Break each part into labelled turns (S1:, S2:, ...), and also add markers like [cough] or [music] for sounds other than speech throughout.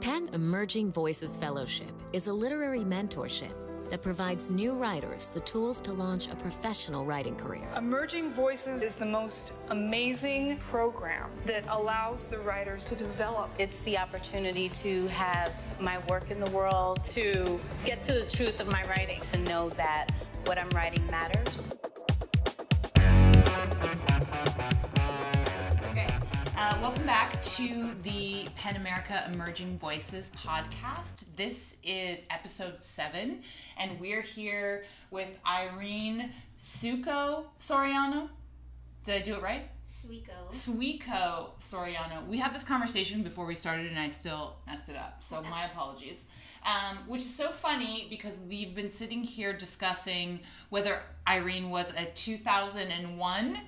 S1: Penn Emerging Voices Fellowship is a literary mentorship that provides new writers the tools to launch a professional writing career.
S2: Emerging Voices is the most amazing program that allows the writers to develop.
S3: It's the opportunity to have my work in the world, to get to the truth of my writing, to know that what I'm writing matters.
S4: Okay. Uh, welcome back to the Pen America Emerging Voices podcast. This is episode seven, and we're here with Irene Suko Soriano. Did I do it right?
S5: Suiko.
S4: Suiko Soriano. We had this conversation before we started, and I still messed it up. So my apologies. Um, which is so funny because we've been sitting here discussing whether Irene was a 2001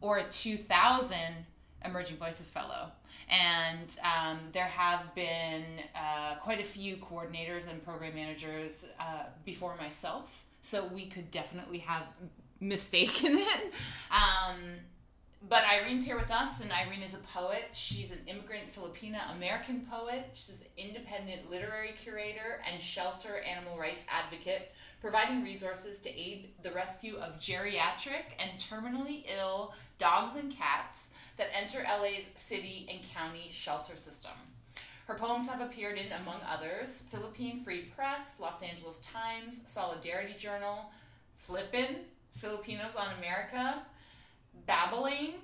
S4: or a 2000 Emerging Voices Fellow. And um, there have been uh, quite a few coordinators and program managers uh, before myself. So we could definitely have mistaken it. [laughs] Um, but Irene's here with us, and Irene is a poet. She's an immigrant Filipina American poet. She's an independent literary curator and shelter animal rights advocate, providing resources to aid the rescue of geriatric and terminally ill dogs and cats that enter LA's city and county shelter system. Her poems have appeared in, among others, Philippine Free Press, Los Angeles Times, Solidarity Journal, Flippin', Filipinos on America, Babbling,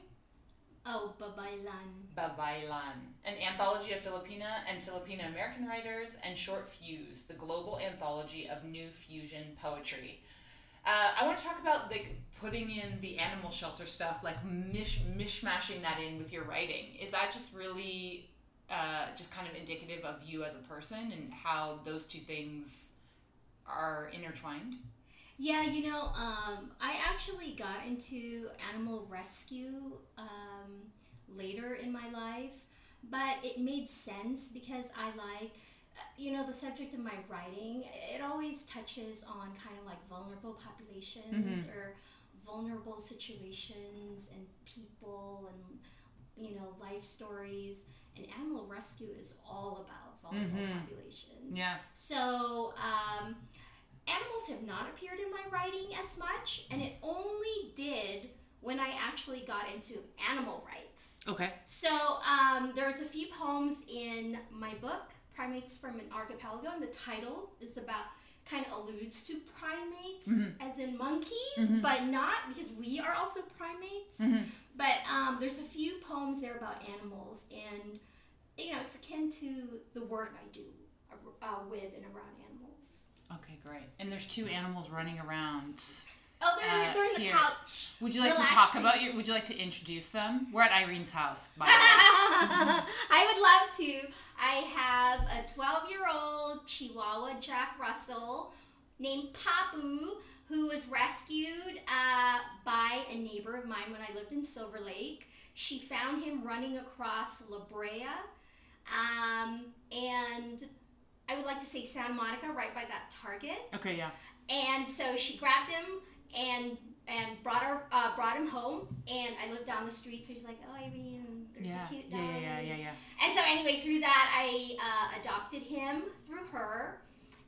S5: Oh, babaylan.
S4: Babaylan, an anthology of Filipina and Filipino American writers, and Short Fuse, the global anthology of new fusion poetry. Uh, I want to talk about like putting in the animal shelter stuff, like mish mishmashing that in with your writing. Is that just really uh, just kind of indicative of you as a person and how those two things are intertwined?
S5: Yeah, you know, um, I actually got into animal rescue um, later in my life, but it made sense because I like, uh, you know, the subject of my writing. It always touches on kind of like vulnerable populations or vulnerable situations and people and, you know, life stories. And animal rescue is all about vulnerable
S4: Mhm.
S5: populations.
S4: Yeah.
S5: So, um, animals have not appeared in my writing as much, and it only did when I actually got into animal rights.
S4: Okay.
S5: So, um, there's a few poems in my book, Primates from an Archipelago, and the title is about kind of alludes to primates as in monkeys,
S4: Mhm.
S5: but not because we are also primates. But um, there's a few poems there about animals, and you know, it's akin to the work I do uh, uh, with and around animals.
S4: Okay, great. And there's two animals running around.
S5: Oh, they're,
S4: Uh,
S5: they're in the
S4: here.
S5: couch.
S4: Would you like to talk
S5: relaxing.
S4: about your? Would you like to introduce them? We're at Irene's house, by the
S5: [laughs]
S4: way.
S5: I would love to. I have a 12 year old Chihuahua Jack Russell named Papu who was rescued uh, by a neighbor of mine when I lived in Silver Lake. She found him running across La Brea um, and I would like to say Santa Monica, right by that Target.
S4: Okay, yeah.
S5: And so she grabbed him and and brought her uh, brought him home. And I lived down the street, so she's like, "Oh, Irene, there's
S4: Yeah.
S5: a cute
S4: Yeah,
S5: dog."
S4: yeah, yeah, yeah, yeah.
S5: And so anyway, through that, I uh, adopted him through her,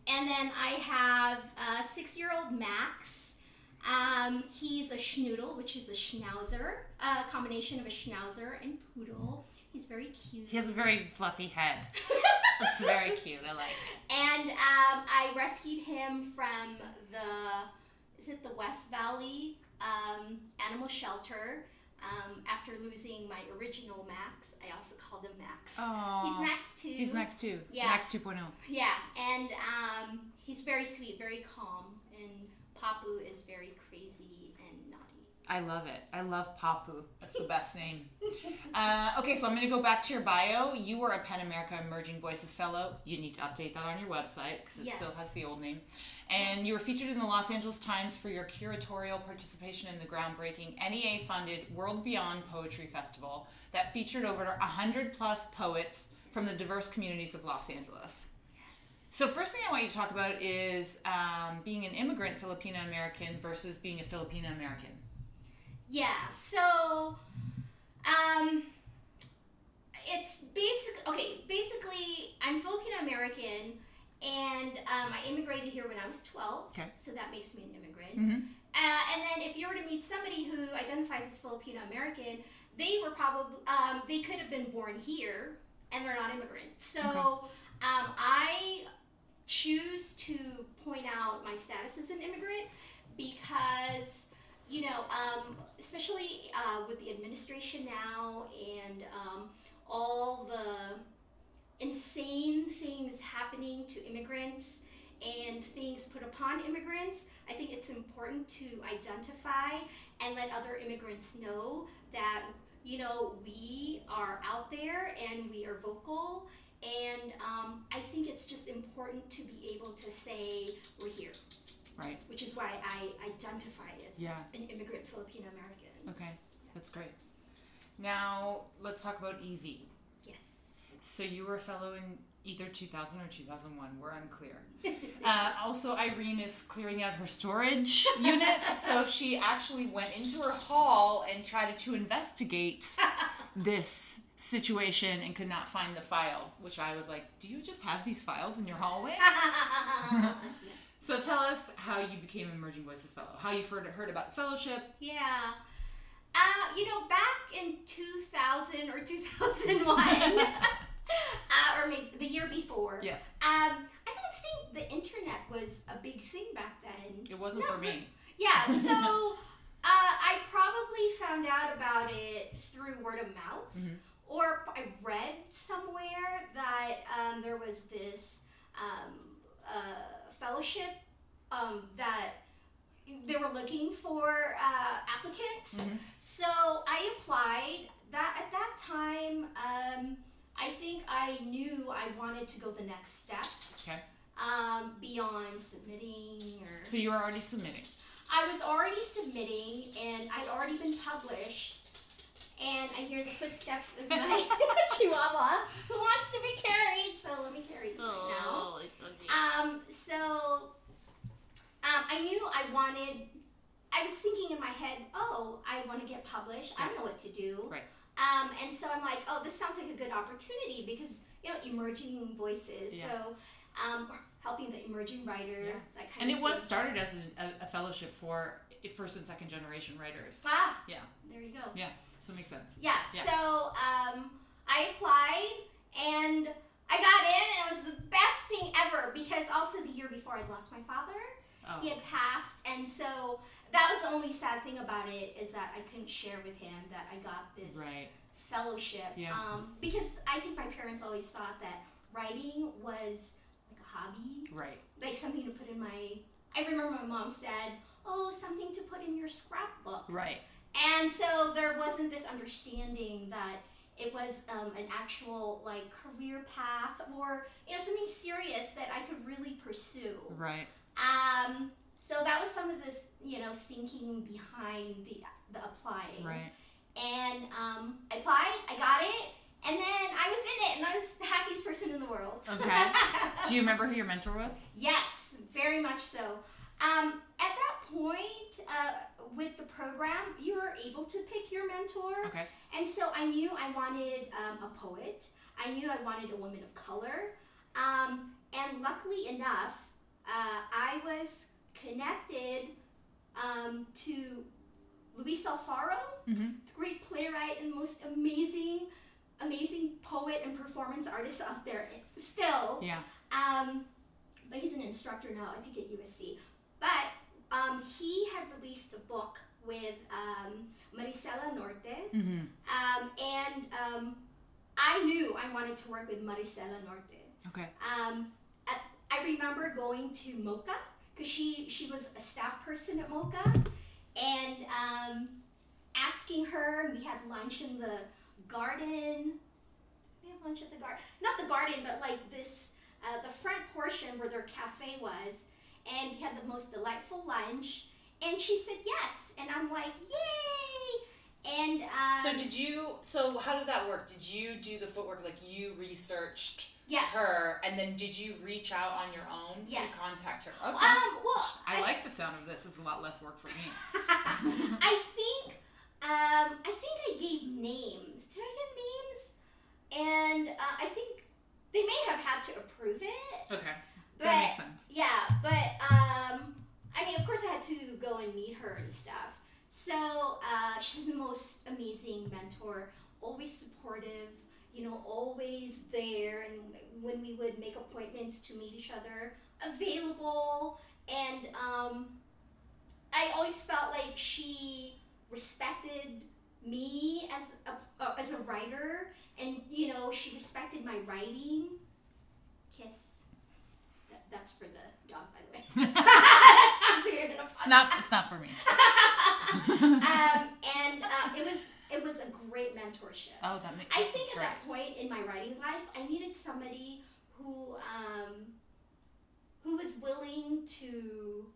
S5: and then I have a six-year-old Max. Um, he's a schnoodle, which is a schnauzer, a combination of a schnauzer and poodle. He's very cute.
S4: He has a very fluffy head.
S5: [laughs]
S4: It's very cute. I like it.
S5: And um, I rescued him from the is it the West Valley um, animal shelter. Um, after losing my original Max, I also called him Max.
S4: Aw.
S5: He's Max too.
S4: He's Max too.
S5: Yeah.
S4: Max oh. 2.0.
S5: Yeah, and um, he's very sweet, very calm, and Papu is very crazy and naughty.
S4: I love it. I love Papu. That's the best name. Uh, okay, so I'm going to go back to your bio. You were a Pen America Emerging Voices Fellow. You need to update that on your website because it still
S5: Yes.
S4: has the old name. And you were featured in the Los Angeles Times for your curatorial participation in the groundbreaking NEA funded World Beyond Poetry Festival that featured over 100 plus poets from the diverse communities of Los Angeles. So first thing I want you to talk about is um, being an immigrant Filipino American versus being a Filipino American.
S5: Yeah, so um it's basic. Okay, basically, I'm Filipino American, and um, I immigrated here when I was 12.
S4: Okay.
S5: So that makes me an immigrant.
S4: Mhm.
S5: Uh, and then, if you were to meet somebody who identifies as Filipino American, they were probably um, they could have been born here, and they're not immigrants. So um, I choose to point out my status as an immigrant because you know, um, especially uh, with the administration now and um, all the insane things happening to immigrants and things put upon immigrants, I think it's important to identify and let other immigrants know that, you know, we are out there and we are vocal. And um, I think it's just important to be able to say we're here,
S4: Right.
S5: which is why I identify as
S4: Yeah.
S5: an immigrant Filipino American.
S4: Okay. That's great. Now let's talk about EV.
S5: Yes.
S4: So you were a fellow in either 2000 or 2001. We're unclear. Uh, also, Irene is clearing out her storage unit, so she actually went into her hall and tried to investigate this situation and could not find the file. Which I was like, "Do you just have these files in your hallway?" so tell us how you became Emerging Voices Fellow. How you heard heard about the fellowship?
S5: Yeah. Uh, you know, back in 2000 or 2001, uh, or maybe the year before,
S4: Yes,
S5: um, I don't think the internet was a big thing back then.
S4: it wasn't for me.
S5: Yeah, so uh, I probably found out about it through word of mouth, or I read somewhere that um, there was this um, uh, fellowship um, that they were looking for uh, applicants. So I applied. That at that time, um, I think I knew I wanted to go the next step
S4: Okay,
S5: um, beyond submitting or.
S4: so you were already submitting.
S5: I was already submitting and I'd already been published. And I hear the footsteps of
S4: [laughs]
S5: my [laughs] chihuahua who wants to be carried. So let me carry you
S4: Oh,
S5: right now. Um, so um, I knew I wanted, I was thinking in my head, oh, I want to get published. I don't know what to do.
S4: Right.
S5: Um, and so I'm like, oh, this sounds like a good opportunity because, you know, emerging voices.
S4: Yeah.
S5: So um, helping the emerging writer,
S4: Yeah.
S5: that kind
S4: And
S5: of
S4: it was
S5: thing.
S4: started as an, a, a fellowship for first and second generation writers.
S5: Wow.
S4: Yeah,
S5: Ah, There you go.
S4: yeah. So it makes sense.
S5: Yeah.
S4: Yeah.
S5: So um, I applied and I got in, and it was the best thing ever because also the year before I'd lost my father.
S4: Oh,
S5: He had passed, and so that was the only sad thing about it is that I couldn't share with him that I got this
S4: right.
S5: fellowship.
S4: Yeah.
S5: Um, because I think my parents always thought that writing was like a hobby,
S4: Right.
S5: like something to put in my. I remember my mom said, "Oh, something to put in your scrapbook."
S4: Right.
S5: And so there wasn't this understanding that it was um, an actual like career path or you know something serious that I could really pursue.
S4: Right.
S5: Um, so that was some of the you know thinking behind the the applying.
S4: Right.
S5: And um, I applied, I got it, and then I was in it, and I was the happiest person in the world.
S4: Okay.
S5: [laughs]
S4: Do you remember who your mentor was?
S5: Yes, very much so. Um, at that point, uh, with the program, you were able to pick your mentor.
S4: Okay.
S5: And so I knew I wanted um, a poet, I knew I wanted a woman of color. Um, and luckily enough, uh, I was connected um, to Luis Alfaro,
S4: Mhm.
S5: the great playwright and most amazing, amazing poet and performance artist out there still.
S4: Yeah.
S5: Um, but he's an instructor now, I think at USC. But um, he had released a book with um, Marisela Norte,
S4: Mm-hmm.
S5: um, and um, I knew I wanted to work with Marisela Norte.
S4: Okay.
S5: Um, I, I remember going to Mocha because she she was a staff person at Mocha, and um, asking her. and We had lunch in the garden. We had lunch at the garden, not the garden, but like this uh, the front portion where their cafe was, and we had the most delightful lunch. And she said yes, and I'm like yay! And um,
S4: So did you? So how did that work? Did you do the footwork like you researched
S5: yes.
S4: her, and then did you reach out on your own
S5: Yes.
S4: to contact her?
S5: Um,
S4: Okay.
S5: well,
S4: I like the sound of this. It's a lot less work for me.
S5: [laughs] I think um, I think I gave names. Did I give names? and uh, I think they may have had to approve it.
S4: Okay.
S5: But
S4: that makes sense.
S5: yeah, but um, I mean, of course, I had to go and meet her and stuff. So uh, she's the most amazing mentor, always supportive, you know, always there. And when we would make appointments to meet each other, available. And um, I always felt like she respected me as a uh, as a writer, and you know, she respected my writing. Kiss. Th- That's for the dog, by the way.
S4: [laughs]
S5: That's not weird in a
S4: It's
S5: podcast.
S4: not, it's not
S5: [laughs]
S4: for me.
S5: um, and uh, it was it was a great mentorship.
S4: Oh, that makes
S5: I think at
S4: great.
S5: that point in my writing life, I needed somebody who um, who was willing to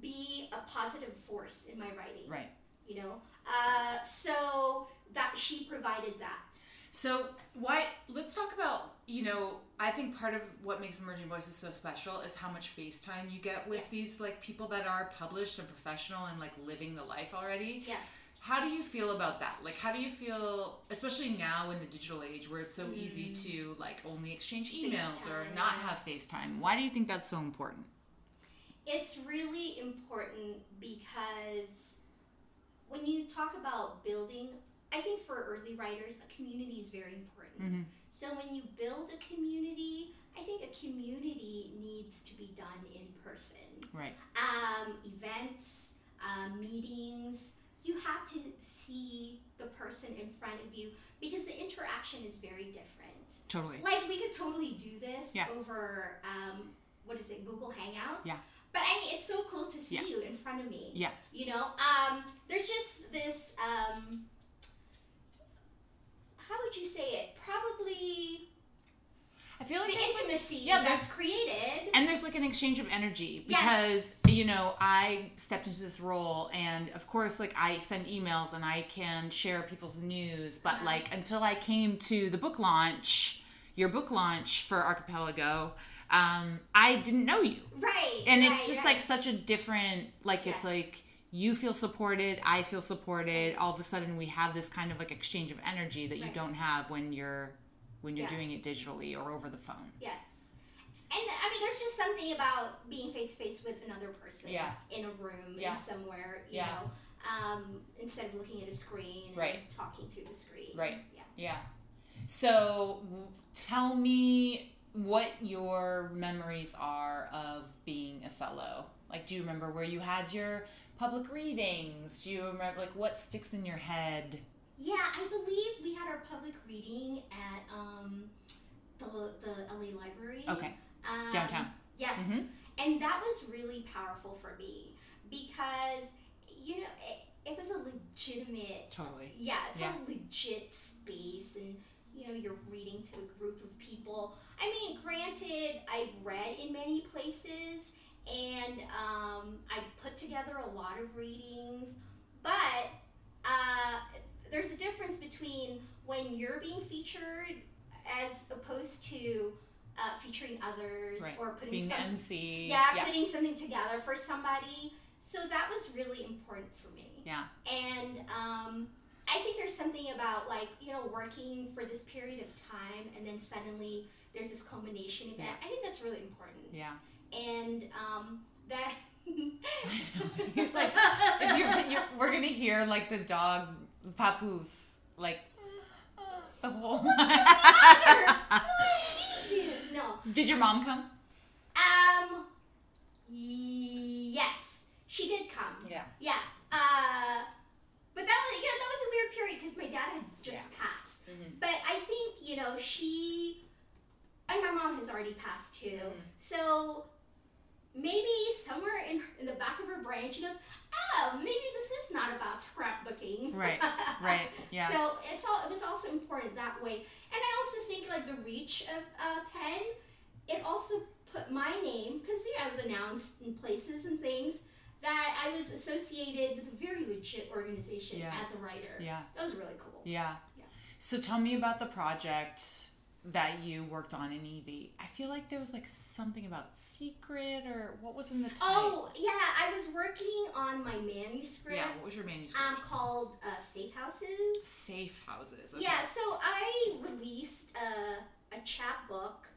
S5: be a positive force in my writing.
S4: Right.
S5: You know, uh, so that she provided that.
S4: So why? Let's talk about you know. I think part of what makes Emerging Voices so special is how much face time you get with
S5: Yes.
S4: these like people that are published and professional and like living the life already.
S5: Yes.
S4: How do you feel about that? Like, how do you feel, especially now in the digital age where it's so easy
S5: Mm-hmm.
S4: to like only exchange emails or
S5: FaceTime,
S4: not have FaceTime? Why do you think that's so important?
S5: It's really important because when you talk about building, I think for early writers, a community is very important. So when you build a community, I think a community needs to be done in person.
S4: Right.
S5: Um, events, uh, meetings, you have to see the person in front of you because the interaction is very different.
S4: Totally.
S5: Like we could totally do this
S4: Yeah.
S5: over um, what is it, Google Hangouts?
S4: Yeah.
S5: But I mean, it's so cool to see
S4: Yeah.
S5: you in front of me.
S4: Yeah.
S5: You know, um, there's just this. Um, how would you say it? Probably
S4: I feel
S5: the
S4: like there's, like-
S5: intimacy
S4: yeah,
S5: that's created.
S4: and there's like an exchange of energy because
S5: Yes.
S4: you know i stepped into this role and of course like i send emails and i can share people's news but like until i came to the book launch your book launch for archipelago um, i didn't know you
S5: Right.
S4: and
S5: right,
S4: it's just
S5: right.
S4: like such a different like it's
S5: Yes.
S4: like you feel supported i feel supported all of a sudden we have this kind of like exchange of energy that you
S5: Right.
S4: don't have when you're when you're
S5: Yes.
S4: doing it digitally or over the phone
S5: Yes. And I mean, there's just something about being face to face with another person
S4: Yeah.
S5: in a room,
S4: Yeah.
S5: in somewhere, you
S4: Yeah.
S5: know, um, instead of looking at a screen and
S4: Right.
S5: talking through the screen.
S4: Right.
S5: Yeah.
S4: Yeah. So w- tell me what your memories are of being a fellow. Like, do you remember where you had your public readings? Do you remember, like, what sticks in your head?
S5: Yeah, I believe we had our public reading at um, the, the LA Library.
S4: Okay.
S5: Um,
S4: Downtown.
S5: Yes.
S4: Mhm.
S5: And that was really powerful for me because, you know, it, it was a legitimate
S4: Totally.
S5: Yeah, it's
S4: Yeah.
S5: a legit space, and you know you're reading to a group of people. I mean, granted, I've read in many places, and um, I put together a lot of readings, but uh, there's a difference between when you're being featured as opposed to uh, featuring others
S4: Right.
S5: or putting
S4: Being the
S5: some-
S4: MC.
S5: yeah,
S4: Yeah.
S5: putting something together for somebody. So that was really important for me.
S4: Yeah.
S5: And um, I think there's something about like you know working for this period of time and then suddenly there's this culmination event. I think that's really important. [laughs]
S4: Yeah.
S5: And um, that.
S4: [laughs] He's like, if you're, you're, we're going to hear, like, the dog, Papoose,
S5: [laughs]
S4: like, the whole.
S5: [laughs]
S4: [laughs]
S5: no.
S4: Did your mom come?
S5: Um. Yes, she did come.
S4: Yeah.
S5: Yeah. Uh, but that was you know that was a weird period because my dad had just passed. But I think you know she and my mom has already passed too. So maybe somewhere in in the back of her brain she goes, oh, maybe this is not about scrapbooking.
S4: Right,
S5: [laughs]
S4: right, yeah.
S5: So it's all it was also important that way, and I also think like the reach of uh, pen. It also put my name because you know, I was announced in places and things that I was associated with a very legit organization
S4: Yeah.
S5: as a writer.
S4: Yeah.
S5: That was really cool.
S4: Yeah.
S5: Yeah.
S4: So tell me about the project. that you worked on in Evie, I feel like there was like something about secret or what was in the title?
S5: Oh, yeah, I was working on my manuscript
S4: yeah. What was your manuscript?
S5: um, called uh, Safe Houses.
S4: Safe houses. okay.
S5: Yeah, so I released a, a chapbook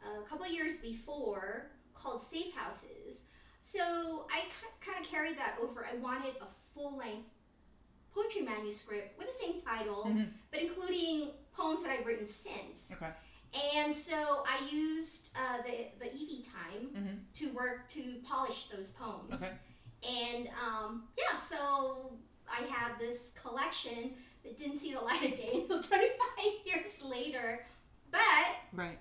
S5: a couple years before called Safe Houses. So I kind of carried that over. I wanted a full length poetry manuscript with the same title,
S4: Mhm.
S5: but including poems that I've written since.
S4: Okay.
S5: And so I used uh, the, the EV time
S4: Mhm.
S5: to work to polish those poems.
S4: Okay.
S5: And um, yeah, so I had this collection that didn't see the light of day until [laughs] 25 years later. But
S4: Right.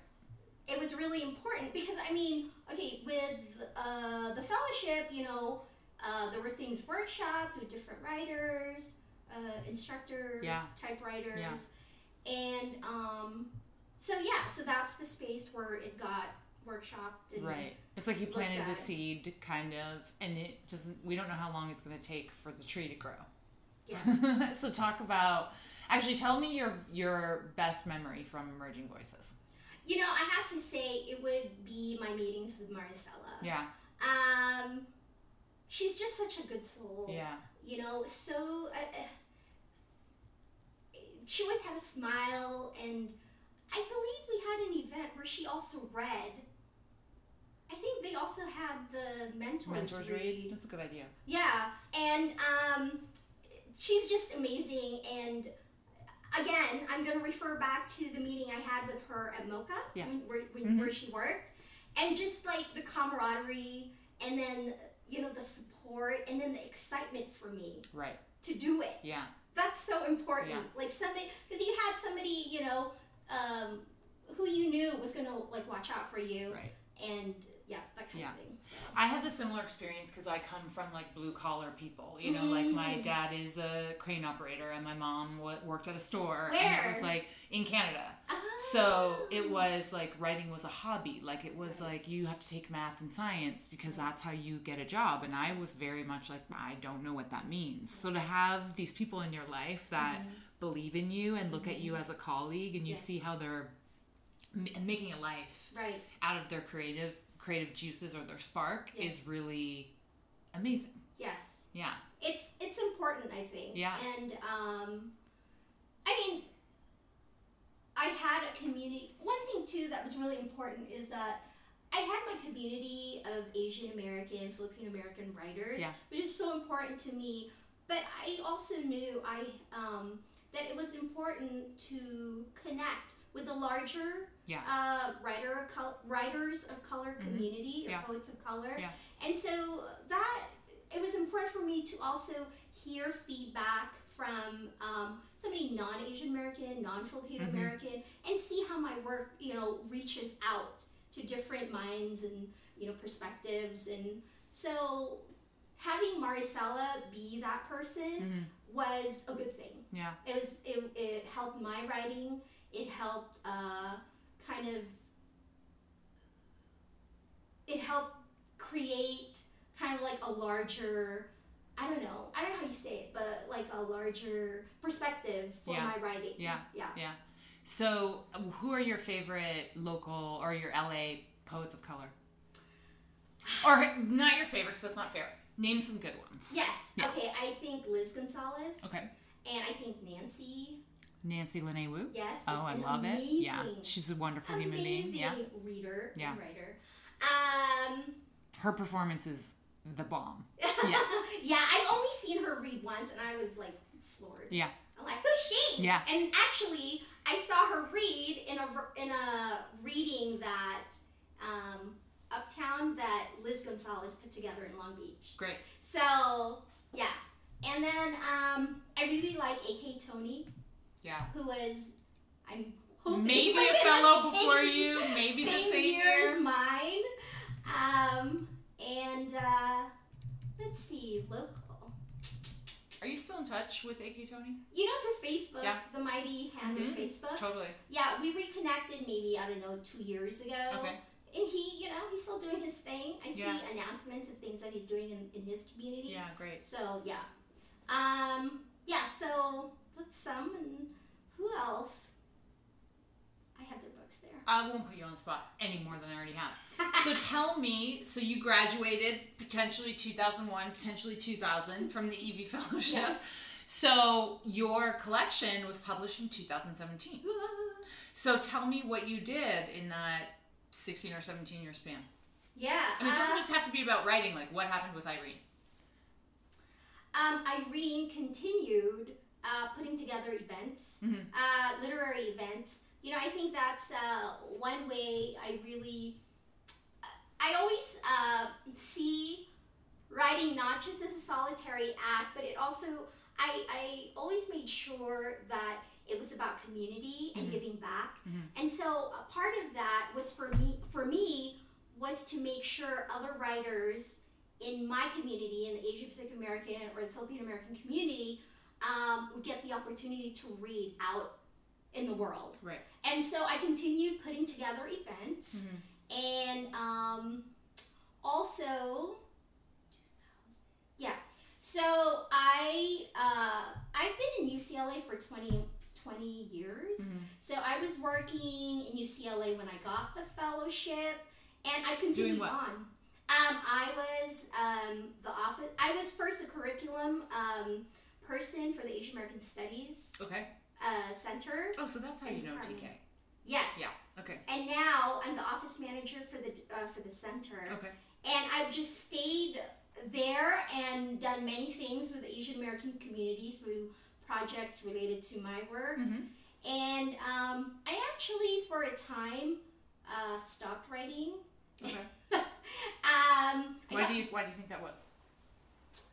S5: it was really important because, I mean, okay, with uh, the fellowship, you know, uh, there were things workshopped with different writers, uh, instructor
S4: Yeah.
S5: type writers. And um, so, yeah, so that's the space where it got workshopped. And
S4: Right. It's like you
S5: Like
S4: planted the
S5: that.
S4: seed, kind of, and it doesn't. We don't know how long it's going to take for the tree to grow. [laughs] so talk about. Actually, tell me your your best memory from Emerging Voices.
S5: You know, I have to say it would be my meetings with Maricela.
S4: Yeah.
S5: Um, she's just such a good soul.
S4: Yeah.
S5: You know, so uh, uh, she always had a smile, and I believe we had an event where she also read. I think they also had the mentors,
S4: Mentors read. That's a good idea.
S5: yeah, and um, she's just amazing. And again, I'm going to refer back to the meeting I had with her at Mocha,
S4: Yeah.
S5: when, where, when,
S4: Mhm.
S5: where she worked, and just like the camaraderie, and then you know the support, and then the excitement for me
S4: Right.
S5: to do it.
S4: Yeah.
S5: That's so important.
S4: Yeah.
S5: Like somebody, because you had somebody, you know, um, who you knew was going to like watch out for you,
S4: Right.
S5: and yeah, that kind
S4: Yeah.
S5: of thing. So.
S4: I had the similar experience because I come from like blue collar people. You know, like my dad is a crane operator and my mom w- worked at a store. And it was
S5: Where?
S4: like in Canada.
S5: Ah.
S4: So it was like writing was a hobby. Like it was like you have to take math and science because that's how you get a job. And I was very much like, I don't know what that means. So to have these people in your life that believe in you and look at you as a colleague and you see how they're m- making a life
S5: Right.
S4: out of their creative creative juices or their spark
S5: Yes.
S4: is really amazing.
S5: Yes.
S4: Yeah.
S5: it's it's important i think
S4: Yeah.
S5: and um i mean i had a community one thing too that was really important is that i had my community of asian american filipino american writers
S4: Yeah.
S5: which is so important to me but i also knew i um that it was important to connect with the larger
S4: Yeah. Mm-hmm.
S5: uh, writer of col- writers of color community or
S4: Yeah.
S5: poets of color
S4: Yeah.
S5: and so that it was important for me to also hear feedback from um, somebody non-asian american non-filipino
S4: Mhm.
S5: american and see how my work you know reaches out to different minds and you know perspectives and so having maricela be that person
S4: Mhm.
S5: was a good thing
S4: Yeah.
S5: it was it, it helped my writing it helped uh, kind of it helped create kind of like a larger i don't know i don't know how you say it but like a larger perspective for
S4: Yeah.
S5: my writing
S4: Yeah.
S5: yeah
S4: Yeah. So, who are your favorite local or your LA poets of color? Or not your favorite, because that's not fair. Name some good ones.
S5: yes
S4: Yeah.
S5: okay i think liz gonzalez
S4: Okay.
S5: and i think nancy
S4: Nancy Lene Wu.
S5: yes is
S4: Oh, I
S5: an
S4: love it. Yeah.
S5: amazing-
S4: She's a wonderful human being.
S5: amazing
S4: Yeah.
S5: reader
S4: Yeah.
S5: and writer um
S4: Her performance is the bomb. Yeah.
S5: yeah, I've only seen her read once, and I was like floored.
S4: Yeah.
S5: I'm like, who's she?
S4: Yeah.
S5: And actually, I saw her read in a ver- in a reading that um, Uptown that Liz Gonzalez put together in Long Beach.
S4: Great.
S5: So yeah, and then um, I really like A.K. Tony,
S4: Yeah.
S5: who was I'm hoping
S4: Maybe
S5: was
S4: a
S5: in the
S4: fellow
S5: same-
S4: before you, maybe the
S5: same
S4: same
S5: year as mine. Um, and uh, let's see, local.
S4: Are you still in touch with AK Tony?
S5: You know, through Facebook,
S4: Yeah.
S5: the mighty hand
S4: Mhm.
S5: of Facebook. [laughs]
S4: Totally.
S5: Yeah, we reconnected maybe, I don't know, two years ago.
S4: Okay.
S5: And he, you know, he's still doing his thing. I see
S4: Yeah.
S5: announcements of things that he's doing in, in his community.
S4: Yeah, great.
S5: So, yeah. Um, yeah, so that's some. And who else? I have their books
S4: [laughs]
S5: there.
S4: I won't put you on the spot any more than I already have.
S5: [laughs]
S4: so tell me, so you graduated potentially 2001, potentially 2000 from the EV Fellowship.
S5: Yes. [laughs]
S4: So your collection was published in 2017. So tell me what you did in that 16 or 17 year span.
S5: Yeah.
S4: I mean, it doesn't
S5: uh,
S4: just have to be about writing, like what happened with Irene.
S5: Um, Irene continued uh, putting together events, uh, literary events. You know, I think that's uh, one way I really. I always uh, see writing not just as a solitary act, but it also. I, I always made sure that it was about community and giving back. And so a part of that was for me for me was to make sure other writers in my community, in the Asian Pacific American or the Filipino American community, um, would get the opportunity to read out in the world.
S4: Right.
S5: And so I continued putting together events and um, also, yeah. So I uh, I've been in UCLA for 20, 20 years. So I was working in UCLA when I got the fellowship, and I continued
S4: what?
S5: on. Um, I was um, the office. I was first the curriculum um, person for the Asian American Studies
S4: Okay.
S5: uh, Center.
S4: Oh, so that's how you know TK.
S5: Yes.
S4: Yeah. Okay.
S5: And now I'm the office manager for the uh, for the center. [laughs]
S4: Okay.
S5: And I've just stayed there and done many things with the Asian American community through projects related to my work.
S4: Mhm.
S5: And um, I actually, for a time, uh, stopped writing.
S4: Okay.
S5: Um,
S4: Why do you Why do you think that was?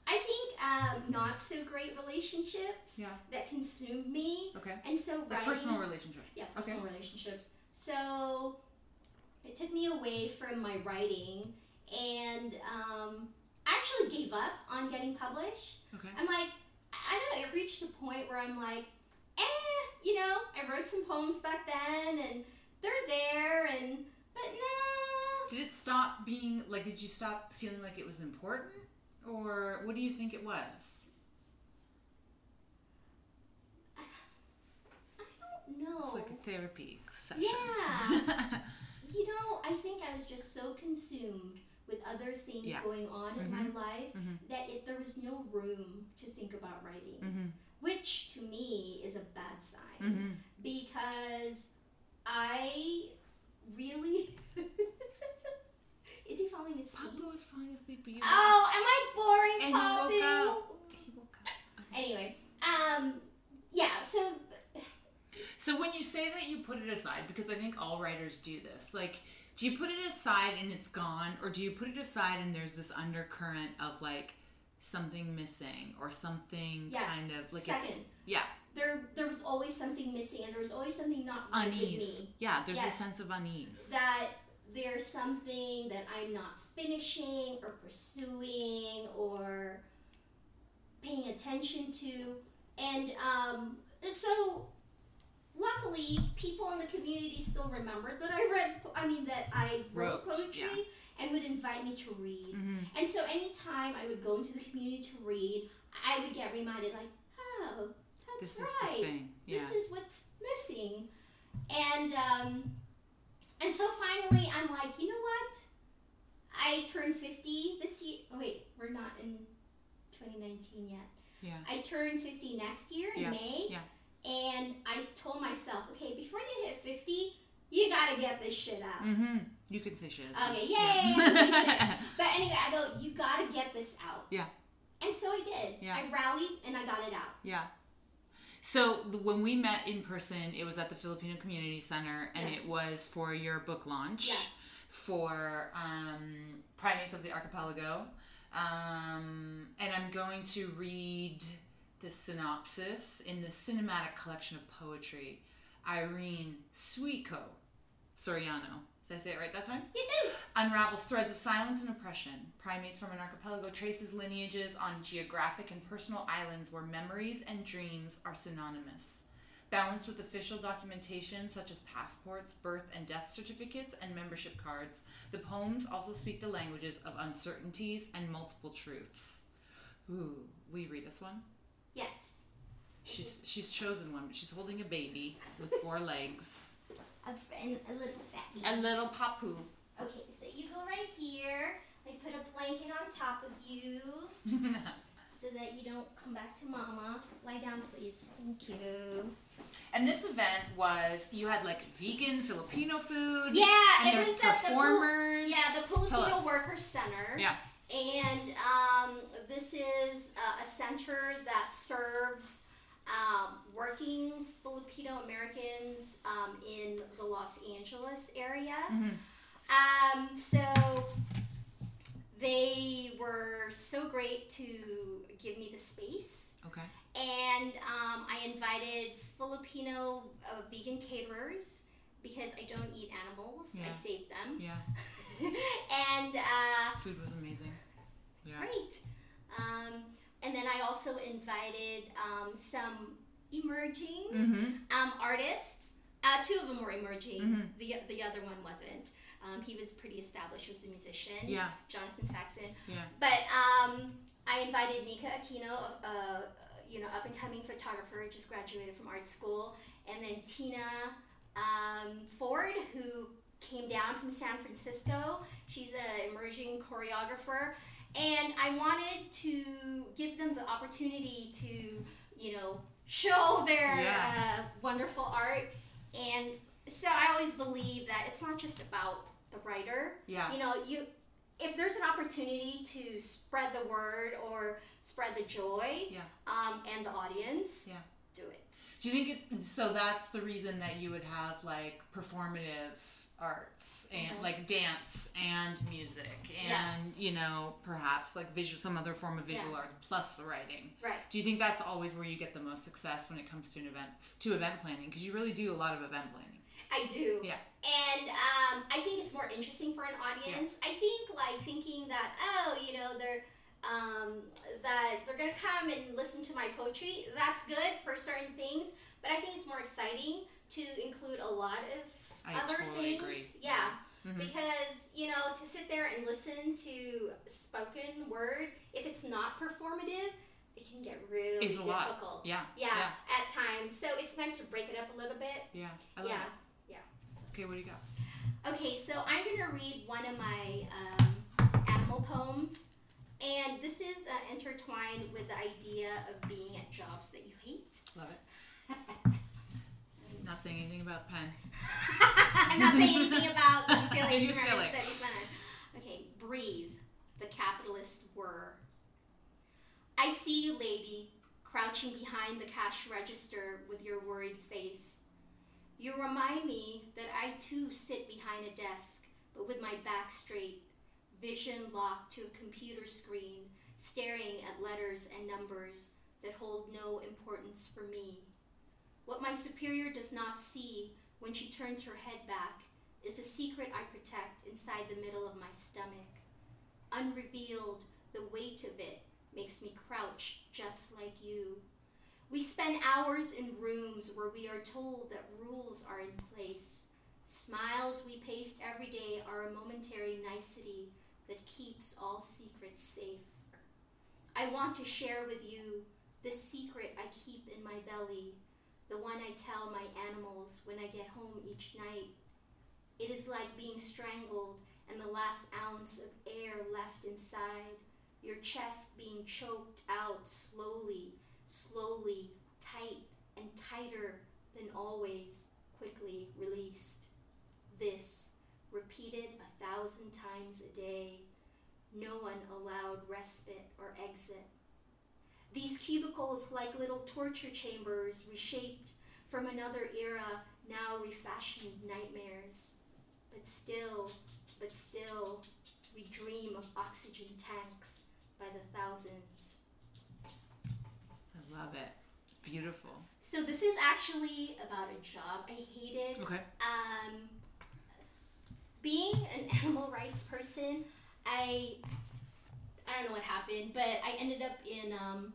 S5: I think um, not so great relationships
S4: Yeah.
S5: that consumed me.
S4: Okay.
S5: And so
S4: Like
S5: writing,
S4: personal relationships.
S5: yeah,
S4: Okay.
S5: personal relationships. So it took me away from my writing and um, I actually gave up on getting published.
S4: Okay.
S5: I'm like, I I don't know, it reached a point where I'm like, eh, you know, I wrote some poems back then and they're there and, but no.
S4: Did it stop being like? Did you stop feeling like it was important, or what do you think it was?
S5: No.
S4: It's like a therapy session.
S5: Oh. Yeah. You know, I think I was just so consumed with other things
S4: Yeah. Mm-hmm.
S5: going on in my life that it, there was no room to think about writing,
S4: Mm-hmm.
S5: which to me is a bad sign because I really. [laughs] is he falling asleep?
S4: [laughs] Pablo was falling asleep, but you.
S5: Oh, am I boring,
S4: and he
S5: Papu?
S4: woke up. He woke up.
S5: Anyway, um, yeah. So
S4: So when you say that you put it aside, because I think all writers do this, like, do you put it aside and it's gone, or do you put it aside and there's this undercurrent of like something missing or something
S5: Yes.
S4: kind of like it's
S5: Second.
S4: yeah
S5: there, there was always something missing, and there was always something not right with
S4: unease.
S5: me.
S4: Yeah, there's
S5: Yes.
S4: a sense of unease.
S5: that there's something that I'm not finishing or pursuing or paying attention to. And um, so, luckily, people in the community still remembered that I read, po- I mean, that I wrote,
S4: Wrote,
S5: poetry
S4: yeah. Mm-hmm.
S5: and would invite me to read. And so, anytime I would go into the community to read, I would get reminded, like, oh, that's
S4: this
S5: right
S4: is the thing. Yeah.
S5: this is what's missing and um, and so finally i'm like you know what i turned 50 this year oh wait we're not in 2019 yet
S4: yeah.
S5: i turn 50 next year in
S4: Yeah,
S5: may
S4: yeah.
S5: and i told myself okay before you hit 50 you gotta get this shit out
S4: Mm-hmm. You can say shit. aside.
S5: Okay, yay!
S4: [laughs] Yeah.
S5: but anyway, I go, you gotta get this out.
S4: Yeah.
S5: And so I did.
S4: Yeah.
S5: I rallied and I got it out.
S4: Yeah. So the- when we met in person, it was at the Filipino Community Center, and
S5: Yes.
S4: it was for your book launch
S5: Yes.
S4: for um, Primates of the Archipelago. Um, and I'm going to read the synopsis in the cinematic collection of poetry, Irene Suiko Soriano. Did I say it right that time? unravels threads of silence and oppression. Primates from an archipelago traces lineages on geographic and personal islands where memories and dreams are synonymous. Balanced with official documentation such as passports, birth and death certificates, and membership cards, the poems also speak the languages of uncertainties and multiple truths. Ooh, will you read us one?
S5: Yes.
S4: She's she's chosen one, but she's holding a baby with four [laughs] legs.
S5: a, and a little fatty.
S4: A little papu.
S5: Okay, so you go right here. I put a blanket on top of
S4: [laughs]
S5: you so that you don't come back to mama. Lie down, please. Thank you.
S4: and this event was you had like vegan Filipino food.
S5: Yeah,
S4: and
S5: it
S4: there's
S5: was at the Pil-
S4: performers.
S5: Yeah, the
S4: Tell
S5: Filipino
S4: us.
S5: Worker Center.
S4: Yeah.
S5: And um, this is uh, a center that serves um, working Filipino Americans um, in the Los Angeles area. Um, so they were so great to give me the space.
S4: Okay.
S5: And um, I invited Filipino uh, vegan caterers because I don't eat animals, I
S4: Yeah.
S5: save them.
S4: Yeah.
S5: and uh,
S4: Food was amazing. Yeah.
S5: great. Um, and then I also invited um, some emerging
S4: Mm-hmm.
S5: um, artists. Uh, two of them were emerging.
S4: Mhm.
S5: The the other one wasn't. Um, he was pretty established. Was a musician.
S4: Yeah.
S5: Jonathan Saxon.
S4: Yeah.
S5: But um, I invited Nika Aquino, a- a you know up and coming photographer, just graduated from art school, and then Tina um, Ford, who came down from San Francisco. She's an emerging choreographer, and I wanted to give them the opportunity to you know show their
S4: Yeah.
S5: uh, wonderful art, and so I always believe that it's not just about the writer
S4: Yeah.
S5: you know you if there's an opportunity to spread the word or spread the joy
S4: Yeah.
S5: um, and the audience
S4: Yeah.
S5: do it
S4: Do you think it's so? That's the reason that you would have like performative arts and like dance and music and
S5: Mm-hmm. Yes.
S4: you know perhaps like visual some other form of visual
S5: Yeah.
S4: arts plus the writing.
S5: right
S4: Do you think that's always where you get the most success when it comes to an event to event planning? Because you really do a lot of event planning.
S5: i do
S4: Yeah.
S5: and um, i think it's more interesting for an audience i think like thinking that oh you know they're um, that they're gonna come and listen to my poetry that's good for certain things but i think it's more exciting to include a lot of
S4: I
S5: other
S4: totally
S5: things
S4: agree.
S5: yeah
S4: Mhm.
S5: because you know to sit there and listen to spoken word if it's not performative it can get really
S4: It's a lot.
S5: difficult
S4: Yeah.
S5: Yeah, at times so it's nice to break it up a little bit
S4: Yeah. I love
S5: yeah
S4: it. Okay, what do you got?
S5: okay so i'm gonna read one of my um, animal poems and this is uh, intertwined with the idea of being at jobs that you hate
S4: Love it. [laughs] Not saying anything about pen.
S5: [laughs] I'm not saying anything about UCLA
S4: UCLA.
S5: Environmental Studies Center. Okay, breathe. The capitalists were. I see you, lady, crouching behind the cash register with your worried face. You remind me that I too sit behind a desk, but with my back straight, vision locked to a computer screen, staring at letters and numbers that hold no importance for me. What my superior does not see when she turns her head back is the secret I protect inside the middle of my stomach. Unrevealed, the weight of it makes me crouch just like you. We spend hours in rooms where we are told that rules are in place. Smiles we paste every day are a momentary nicety that keeps all secrets safe. I want to share with you the secret I keep in my belly the one I tell my animals when I get home each night. It is like being strangled and the last ounce of air left inside, your chest being choked out slowly, slowly, tight and tighter than always, quickly released. This, repeated a thousand times a day, no one allowed respite or exit. These cubicles, like little torture chambers, reshaped from another era, now refashioned nightmares. But still, but still, we dream of oxygen tanks by the thousands.
S4: I love it. It's beautiful.
S5: So this is actually about a job I hated.
S4: Okay.
S5: Um, being an [laughs] animal rights person, I I don't know what happened, but I ended up in um,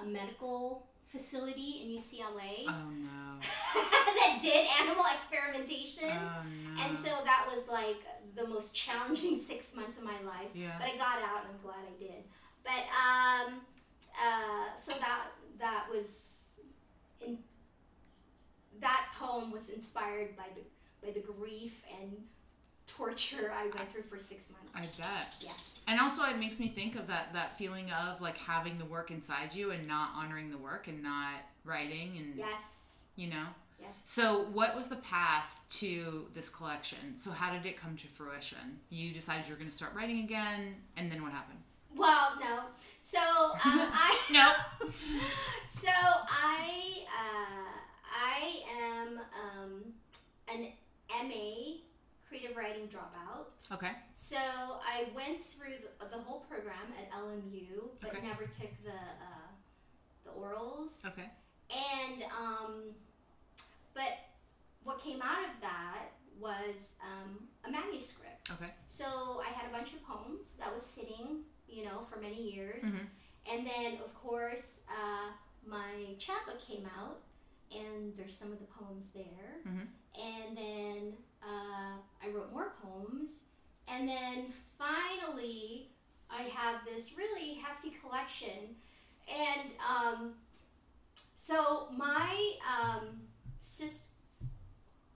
S5: a medical facility in UCLA.
S4: Oh no.
S5: that did animal experimentation.
S4: Oh no.
S5: and so that was like the most challenging [laughs] six months of my life.
S4: Yeah.
S5: But I got out and I'm glad I did. But um uh so that that was in that poem was inspired by the by the grief and torture I went through for six months.
S4: I bet.
S5: Yeah.
S4: And also, it makes me think of that that feeling of like having the work inside you and not honoring the work and not writing and
S5: Yes.
S4: you know.
S5: Yes.
S4: So, what was the path to this collection? So, how did it come to fruition? You decided you were going to start writing again, and then what happened?
S5: Well, no.
S4: [laughs]
S5: So um, I.
S4: No.
S5: So I uh, I am um, an MA creative writing dropout.
S4: Okay.
S5: So I went through the, the whole program at LMU, but
S4: Okay.
S5: never took the uh, the orals.
S4: Okay.
S5: And um, but what came out of that was um, a manuscript.
S4: Okay.
S5: So I had a bunch of poems that was sitting, you know, for many years.
S4: Mhm.
S5: And then, of course, uh, my chapbook came out, and there's some of the poems there.
S4: Mhm.
S5: And then uh, I wrote more poems. And then finally, I had this really hefty collection. And um, so my um, sis-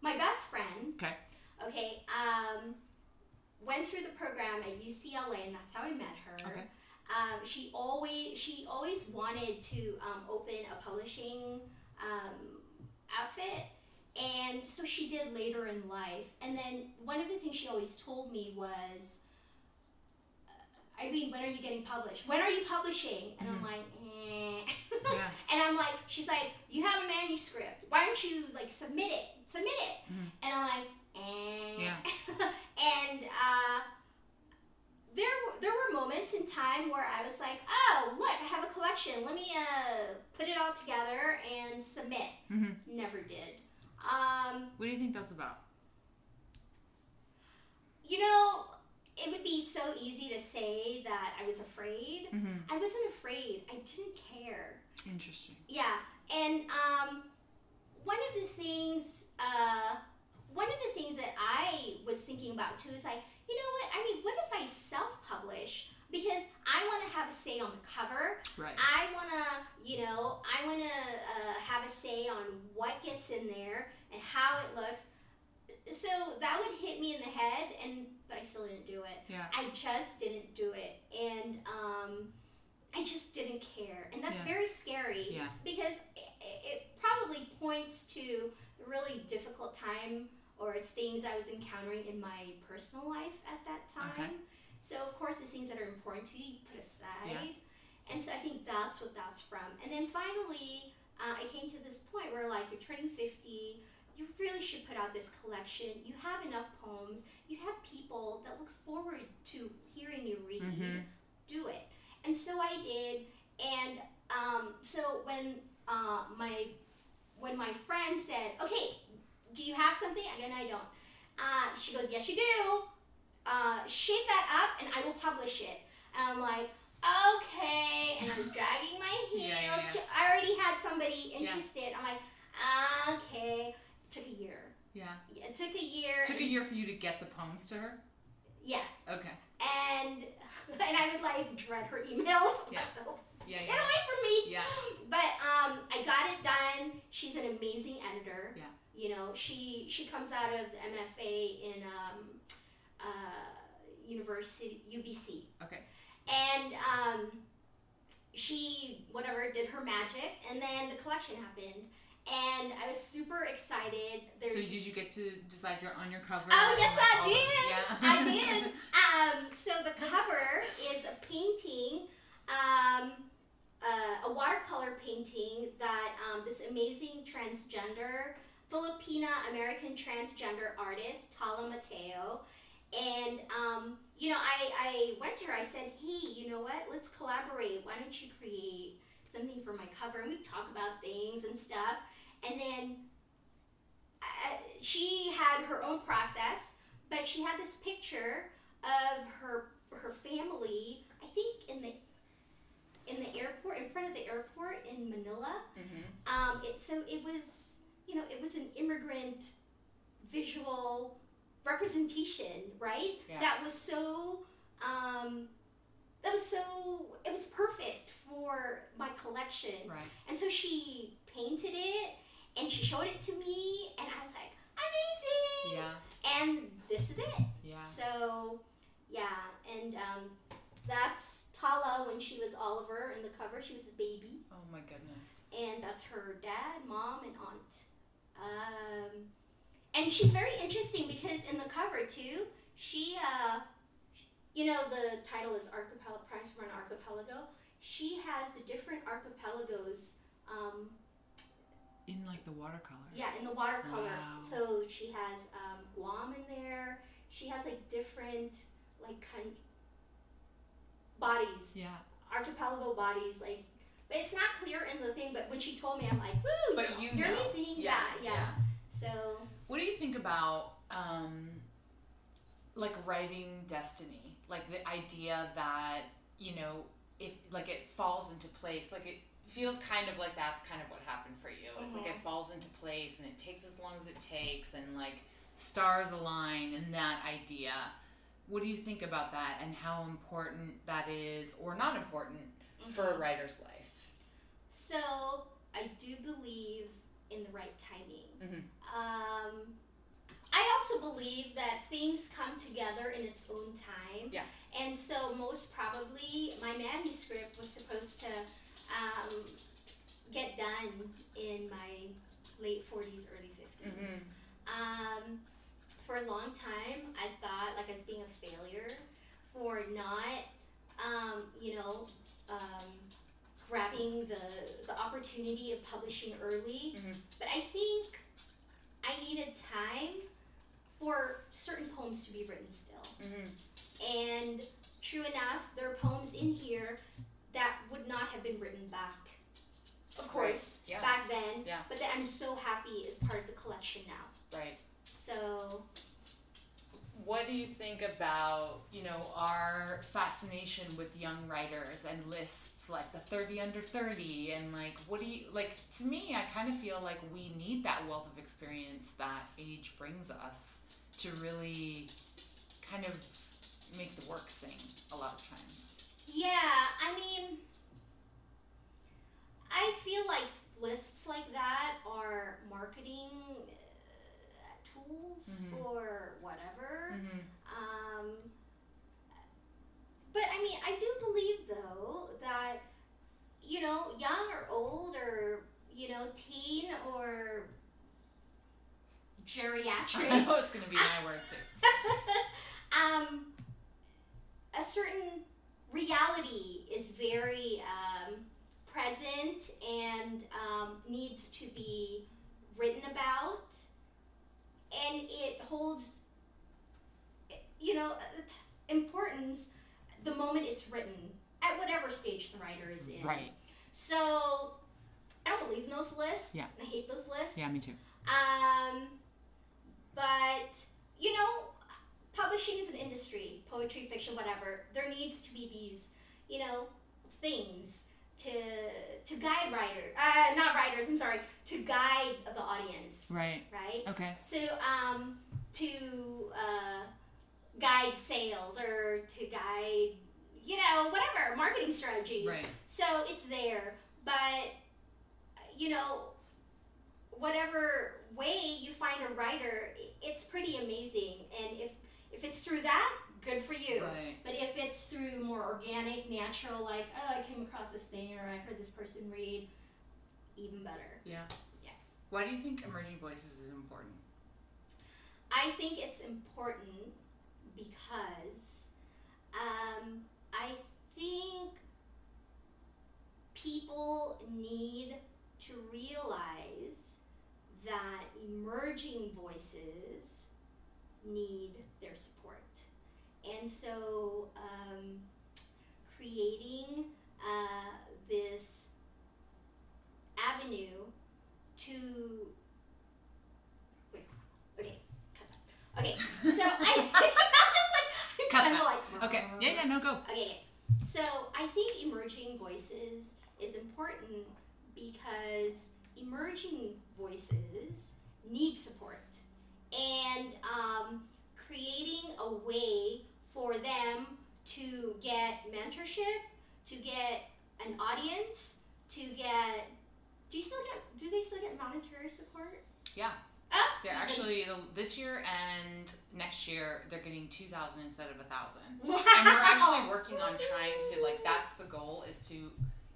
S5: my best friend,
S4: Okay.
S5: okay, um, went through the program at UCLA, and that's how I met her.
S4: Okay.
S5: Um, she always she always wanted to um, open a publishing um, outfit, and so she did later in life. And then one of the things she always told me was, uh, "Irene, when are you getting published? When are you publishing?" And I'm like, eh.
S4: Mm-hmm.
S5: [laughs]
S4: Yeah.
S5: And I'm like, she's like, you have a manuscript. Why don't you like submit it? Submit it.
S4: Mhm.
S5: And I'm like, eh.
S4: Yeah.
S5: [laughs] and uh, there w- there were moments in time where I was like, oh look, I have a collection. Let me uh, put it all together and submit.
S4: Mhm.
S5: Never did. Um,
S4: What do you think that's about?
S5: you know, it would be so easy to say that I was afraid.
S4: Mm-hmm.
S5: I wasn't afraid. I didn't care.
S4: Interesting.
S5: Yeah, and um, one of the things, uh, one of the things that I was thinking about too is like, you know what? I mean, what if I self-publish? Because I want to have a say on the cover.
S4: Right.
S5: I want to, you know, I want to uh, have a say on what gets in there and how it looks. So that would hit me in the head, and but I still didn't do it.
S4: Yeah.
S5: I just didn't do it, and um, I just didn't care, and that's
S4: Yeah.
S5: very scary
S4: Yeah.
S5: s- because it, it probably points to the really difficult time or things I was encountering in my personal life at that time.
S4: Okay.
S5: So of course, the things that are important to you, you put aside,
S4: Yeah.
S5: and so I think that's what that's from. And then finally, uh, I came to this point where like you're turning fifty. You really should put out this collection. You have enough poems you have people that look forward to hearing you read
S4: Mhm.
S5: do it and so i did and um, so when uh, my when my friend said okay do you have something again i don't uh, she goes yes you do uh, shape that up and i will publish it and i'm like okay and
S4: [laughs]
S5: i was dragging my
S4: Yeah,
S5: heels
S4: yeah, yeah.
S5: She- i already had somebody
S4: Yeah.
S5: interested i'm like okay took a year
S4: Yeah.
S5: it took a year
S4: Took a year for you to get the poems to her.
S5: yes
S4: Okay.
S5: and [laughs] and I would like dread her emails. [laughs]
S4: Yeah. Yeah.
S5: Get
S4: Yeah.
S5: away from me.
S4: Yeah.
S5: But um, I got it done. She's an amazing editor.
S4: Yeah.
S5: You know, she she comes out of the MFA in um, uh, university UBC,
S4: Okay.
S5: and um, she whatever did her magic, and then the collection happened, and I was super excited. There's
S4: So did you get to decide you're on your cover?
S5: Oh,
S4: and,
S5: yes,
S4: like,
S5: I
S4: all
S5: did.
S4: this- [laughs]
S5: I
S4: Yeah.
S5: did. Um, so the cover is a painting, um, uh, a watercolor painting that um, this amazing transgender, Filipina American transgender artist, Tala Mateo. And, um, you know, I, I went to her, I said, hey, you know what? Let's collaborate. Why don't you create something for my cover? And we talk about things and stuff. And then uh, she had her own process, but she had this picture of her her family. I think in the in the airport, in front of the airport in Manila.
S4: Mhm.
S5: Um, it so it was you know it was an immigrant visual representation, right?
S4: Yeah.
S5: That was so. Um, that was so. It was perfect for my collection.
S4: [laughs] Right.
S5: And so she painted it and she showed it to me, and I was like, amazing! everything.
S4: Yeah.
S5: And this is it.
S4: Yeah.
S5: So, yeah, and um, that's Tala when she was Oliver in the cover. She was a baby,
S4: Oh my goodness.
S5: and that's her dad, mom, and aunt. Um, and she's very interesting because in the cover too, she, uh, you know, the title is Archipelago Prize for an Archipelago. She has the different archipelagos. Um,
S4: In like the watercolor.
S5: yeah, in the watercolor.
S4: Wow.
S5: So she has um, Guam in there. She has like different like con- bodies,
S4: Yeah.
S5: archipelago bodies. Like, but it's not clear in the thing. But when she told me, I'm like, woo!
S4: But you
S5: you're
S4: know.
S5: amazing. Yeah, yeah. So
S4: What do you think about um, like writing destiny? Like the idea that you know, if like it falls into place, like it feels kind of like that's kind of what happened for you. It's like it falls into place and it takes as long as it takes, and like stars align and that idea. What do you think about that and how important that is or not important for
S5: Mm-hmm.
S4: a writer's life?
S5: So I do believe in the right timing. Um, I also believe that things come together in its own time.
S4: Yeah.
S5: And so most probably my manuscript was supposed to um, get done in my late forties, early 50s Um, for a long time, I thought like I was being a failure for not, um, you know. Um, grabbing the, the opportunity of publishing early. But I think I needed time for certain poems to be written still. And true enough, there are poems in here that would not have been written back, of
S4: Right,
S5: course,
S4: yeah.
S5: back then.
S4: Yeah.
S5: But that I'm so happy is part of the collection now.
S4: Right.
S5: So,
S4: What do you think about, you know, our fascination with young writers and lists like the 30 under 30 and like what do you like to me I kind of feel like we need that wealth of experience that age brings us to really kind of make the work sing a lot of times.
S5: yeah, I mean, I feel like lists like that are marketing uh, tools
S4: Mhm.
S5: for whatever.
S4: Mhm.
S5: Um, but I mean, I do believe though that you know, young or old or you know, teen or
S4: [laughs] [laughs] I
S5: geriatric,
S4: know it's going to be my word too.
S5: um, a certain reality is very um, present and um, needs to be written about, and it holds, you know, a- a t- importance the moment it's written at whatever stage the writer is in.
S4: Right.
S5: So I don't believe in those lists.
S4: Yeah.
S5: I hate those lists.
S4: Yeah, me too.
S5: Um, but you know, publishing is an industry. Poetry, fiction, whatever. There needs to be these, you know, things to to guide writer. Uh, not writers. I'm sorry. To guide the audience.
S4: Right.
S5: Right.
S4: Okay.
S5: So um, to uh, guide sales or to guide, you know, whatever marketing strategies.
S4: Right.
S5: So it's there, but uh, you know, whatever way you find a writer, i- it's pretty amazing. And if if it's through that, good for you.
S4: Right.
S5: But if it's through more organic, natural, like oh, I came across this thing or I heard this person read, even better.
S4: Yeah.
S5: Yeah.
S4: Why do you think emerging voices is important?
S5: I think it's important because um, I think people need to realize that emerging voices need their support. And so um, creating uh, this avenue to Okay, so I, [laughs] I'm just like, I'm
S4: Cut
S5: kind of
S4: that.
S5: like,
S4: Okay. Yeah, yeah, no go.
S5: Um, Okay, okay. so I think emerging voices is important because emerging voices need support. And um, creating a way for them to get mentorship, to get an audience, to get. Do you still get? Do they still get monetary support?
S4: Yeah.
S5: Ah,
S4: They're actually this year and next year they're getting two thousand instead of a
S5: [laughs]
S4: thousand, and we're actually working on trying to like that's the goal is to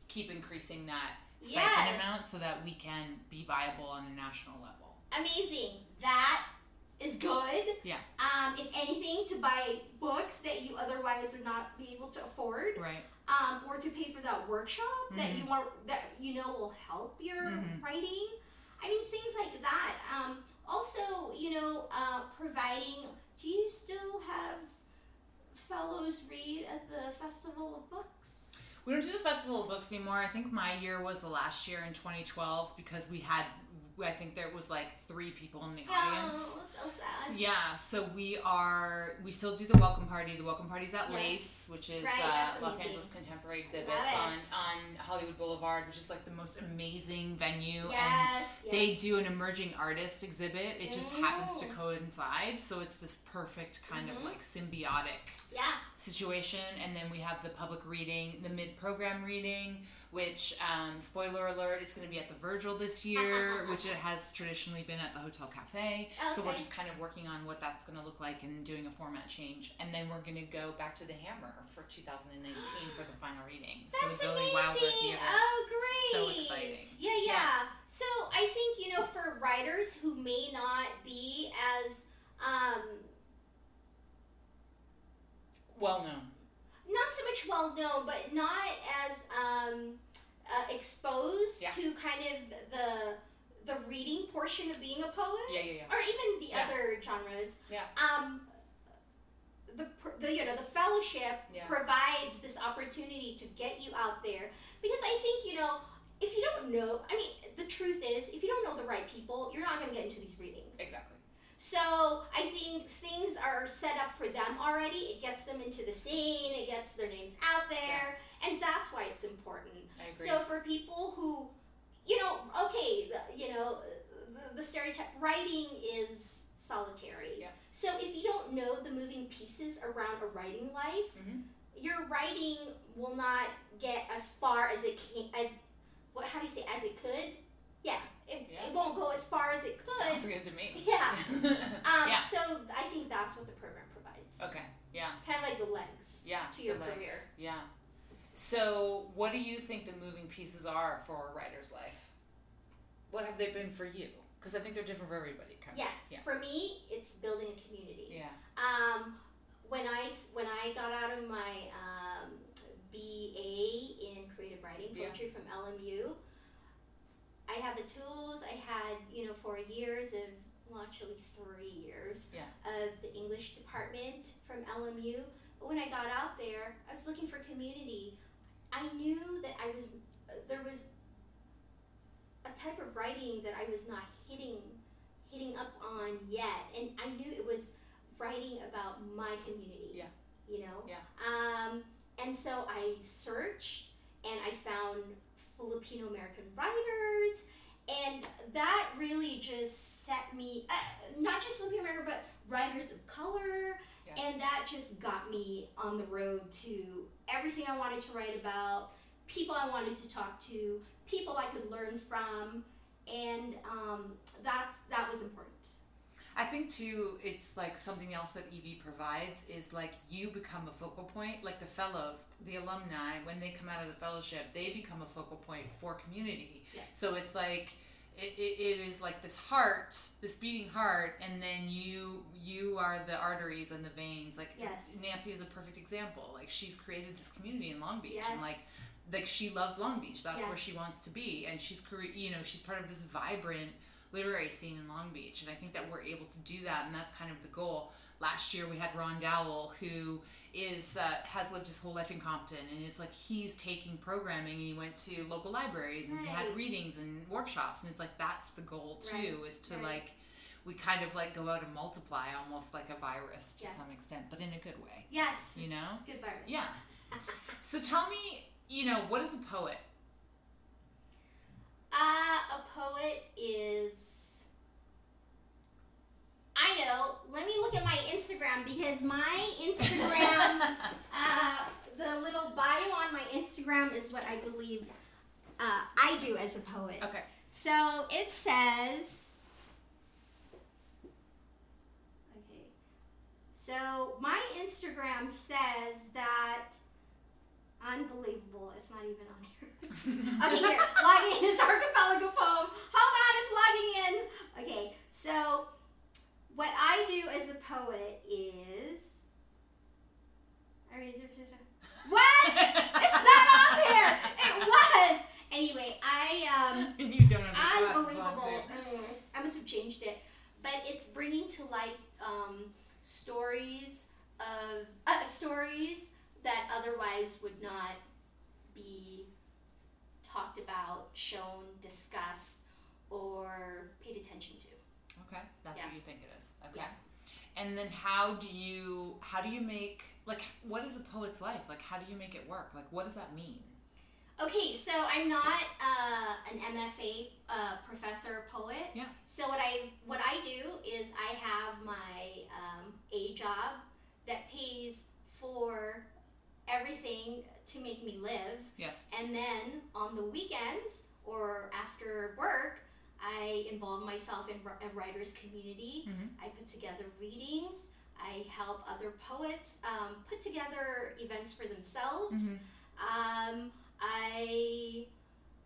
S4: keep increasing that stipend
S5: Yes.
S4: amount so that we can be viable on a national level.
S5: amazing. That is good.
S4: Yeah.
S5: Um, if anything, to buy books that you otherwise would not be able to afford,
S4: Right.
S5: um, or to pay for that workshop
S4: Mm-hmm.
S5: that you want that you know will help your
S4: Mhm.
S5: writing. I mean, things like that. Um, also, you know, uh, providing. Do you still have fellows read at the Festival of Books?
S4: We don't do the Festival of Books anymore. I think my year was the last year in 2012 because we had, I think there was like three people in the audience.
S5: Oh, so sad.
S4: Yeah, so we are, we still do the welcome party. The welcome party's at
S5: Yeah.
S4: Lace, which is
S5: Right,
S4: uh,
S5: that's
S4: Los
S5: amazing.
S4: Angeles Contemporary Exhibits
S5: Love
S4: on,
S5: it.
S4: on Hollywood Boulevard, which is like the most amazing venue. And
S5: Yes,
S4: um, they
S5: yes.
S4: do an emerging artist exhibit. It just happens to
S5: Oh.
S4: coincide. So it's this perfect kind of
S5: Mhm.
S4: like symbiotic
S5: Yeah.
S4: situation and then we have the public reading the mid-program reading which um, spoiler alert it's going to be at the virgil this
S5: [laughs]
S4: year which it has traditionally been at the hotel cafe so we're
S5: Okay.
S4: just kind of working on what that's going to look like and doing a format change and then we're going to go back to the hammer for 2019 for the final reading
S5: That's
S4: so the billy
S5: amazing.
S4: wilder theater
S5: Oh,
S4: So
S5: great.
S4: exciting.
S5: Yeah, yeah, So I think, you know, for writers who may not be as, um,
S4: well known
S5: not so much well known, but not as um, uh, exposed
S4: Yeah.
S5: to kind of the the reading portion of being a poet,
S4: yeah yeah yeah
S5: or even the
S4: Yeah.
S5: other genres.
S4: Yeah.
S5: Um, the, pr- the you know the fellowship
S4: Yeah.
S5: provides this opportunity to get you out there because I think you know if you don't know I mean the truth is if you don't know the right people you're not going to get into these readings
S4: exactly
S5: so I think things are set up for them already it gets them into the scene it gets their names out there and that's why it's important
S4: i agree
S5: so for people who, you know, okay, the, you know, the, the stereotype writing is solitary.
S4: Yeah.
S5: So if you don't know the moving pieces around a writing life,
S4: Mhm.
S5: your writing will not get as far as it can as what how do you say as it could? Yeah, it,
S4: Yeah.
S5: it won't go as far as it could.
S4: sounds good to me
S5: [laughs] Yeah. Um,
S4: Yeah.
S5: So I think that's what the program
S4: [laughs]
S5: provides.
S4: okay yeah
S5: Kind of like the legs.
S4: yeah,
S5: to your
S4: the legs.
S5: career.
S4: Yeah. So, what do you think the moving pieces are for a writer's life? What have they been for you? Because I think they're different for everybody. Kind
S5: Yes.
S4: Yeah.
S5: For me, it's building a community.
S4: Of. Yeah.
S5: Um, when I s- when I got out of my um, BA in creative writing
S4: Yeah.
S5: poetry from LMU, I had the tools. I had you know four years of well actually three years
S4: Yeah.
S5: of the English department from LMU. But when I got out there, I was looking for community. I knew that I was there was a type of writing that I was not hitting hitting up on yet, and I knew it was writing about my community.
S4: Yeah.
S5: You know.
S4: Yeah.
S5: Um, and so I searched, and I found Filipino American writers, and that really just set me uh, not just Filipino American, but writers of color.
S4: Yeah.
S5: And that just got me on the road to everything I wanted to write about, people I wanted to talk to, people I could learn from, and um, that's that was important.
S4: I think too, it's like something else that EV provides is like you become a focal point. Like the fellows, the alumni, when they come out of the fellowship, they become a focal point for community.
S5: Yes.
S4: So it's like it, it, it is like this heart, this beating heart, and then you you are the arteries and the veins. Like
S5: Yes.
S4: Nancy is a perfect example. Like she's created this community in Long Beach,
S5: Yes.
S4: and like like she loves Long Beach. That's where
S5: Yes.
S4: she wants to be, and she's cre- you know she's part of this vibrant literary scene in Long Beach, and I think that we're able to do that, and that's kind of the goal. Last year we had Ron Dowell, who is uh, has lived his whole life in Compton, and it's like he's taking programming. And he went to local libraries and he had
S5: Nice.
S4: readings and workshops, and it's like that's the goal too,
S5: Right,
S4: is to
S5: right.
S4: like we kind of like go out and multiply almost like a virus to
S5: Yes.
S4: some extent, but in a good way,
S5: Yes.
S4: you know.
S5: Good virus.
S4: Yeah.
S5: [laughs]
S4: So tell me, you know, what is a poet?
S5: Uh, a poet is. I know. Let me look at my Instagram because my Instagram, uh, the little bio on my Instagram is what I believe uh, I do as a poet.
S4: Okay.
S5: So it says, Instagram says that unbelievable. It's not even on here. okay, here. Logging in is archipelago poem. Hold on, it's logging in. Okay, so what I do as a poet is. I already zipped it up. What?
S4: [laughs]
S5: it's not on there. It was. Anyway, I um.
S4: And you don't have your glasses on,
S5: Unbelievable.
S4: too.
S5: Mm, I must have changed it. But it's bringing to light um, stories of uh, stories that otherwise would not be talked about, shown, discussed, or paid attention to.
S4: Okay, that's what
S5: Yeah.
S4: you think it is. Okay. And then how do you how do you make like what is a poet's life? Like how do you make it work? Like what does that mean?
S5: Okay, so I'm not uh, an MFA uh, professor poet.
S4: Yeah.
S5: So what I what I do is I have my um, a job that pays for everything to make me live,
S4: Yes.
S5: and then on the weekends or after work, I involve myself in wri- a writer's community.
S4: Mhm.
S5: I put together readings. I help other poets um, put together events for themselves.
S4: Mhm.
S5: Um, I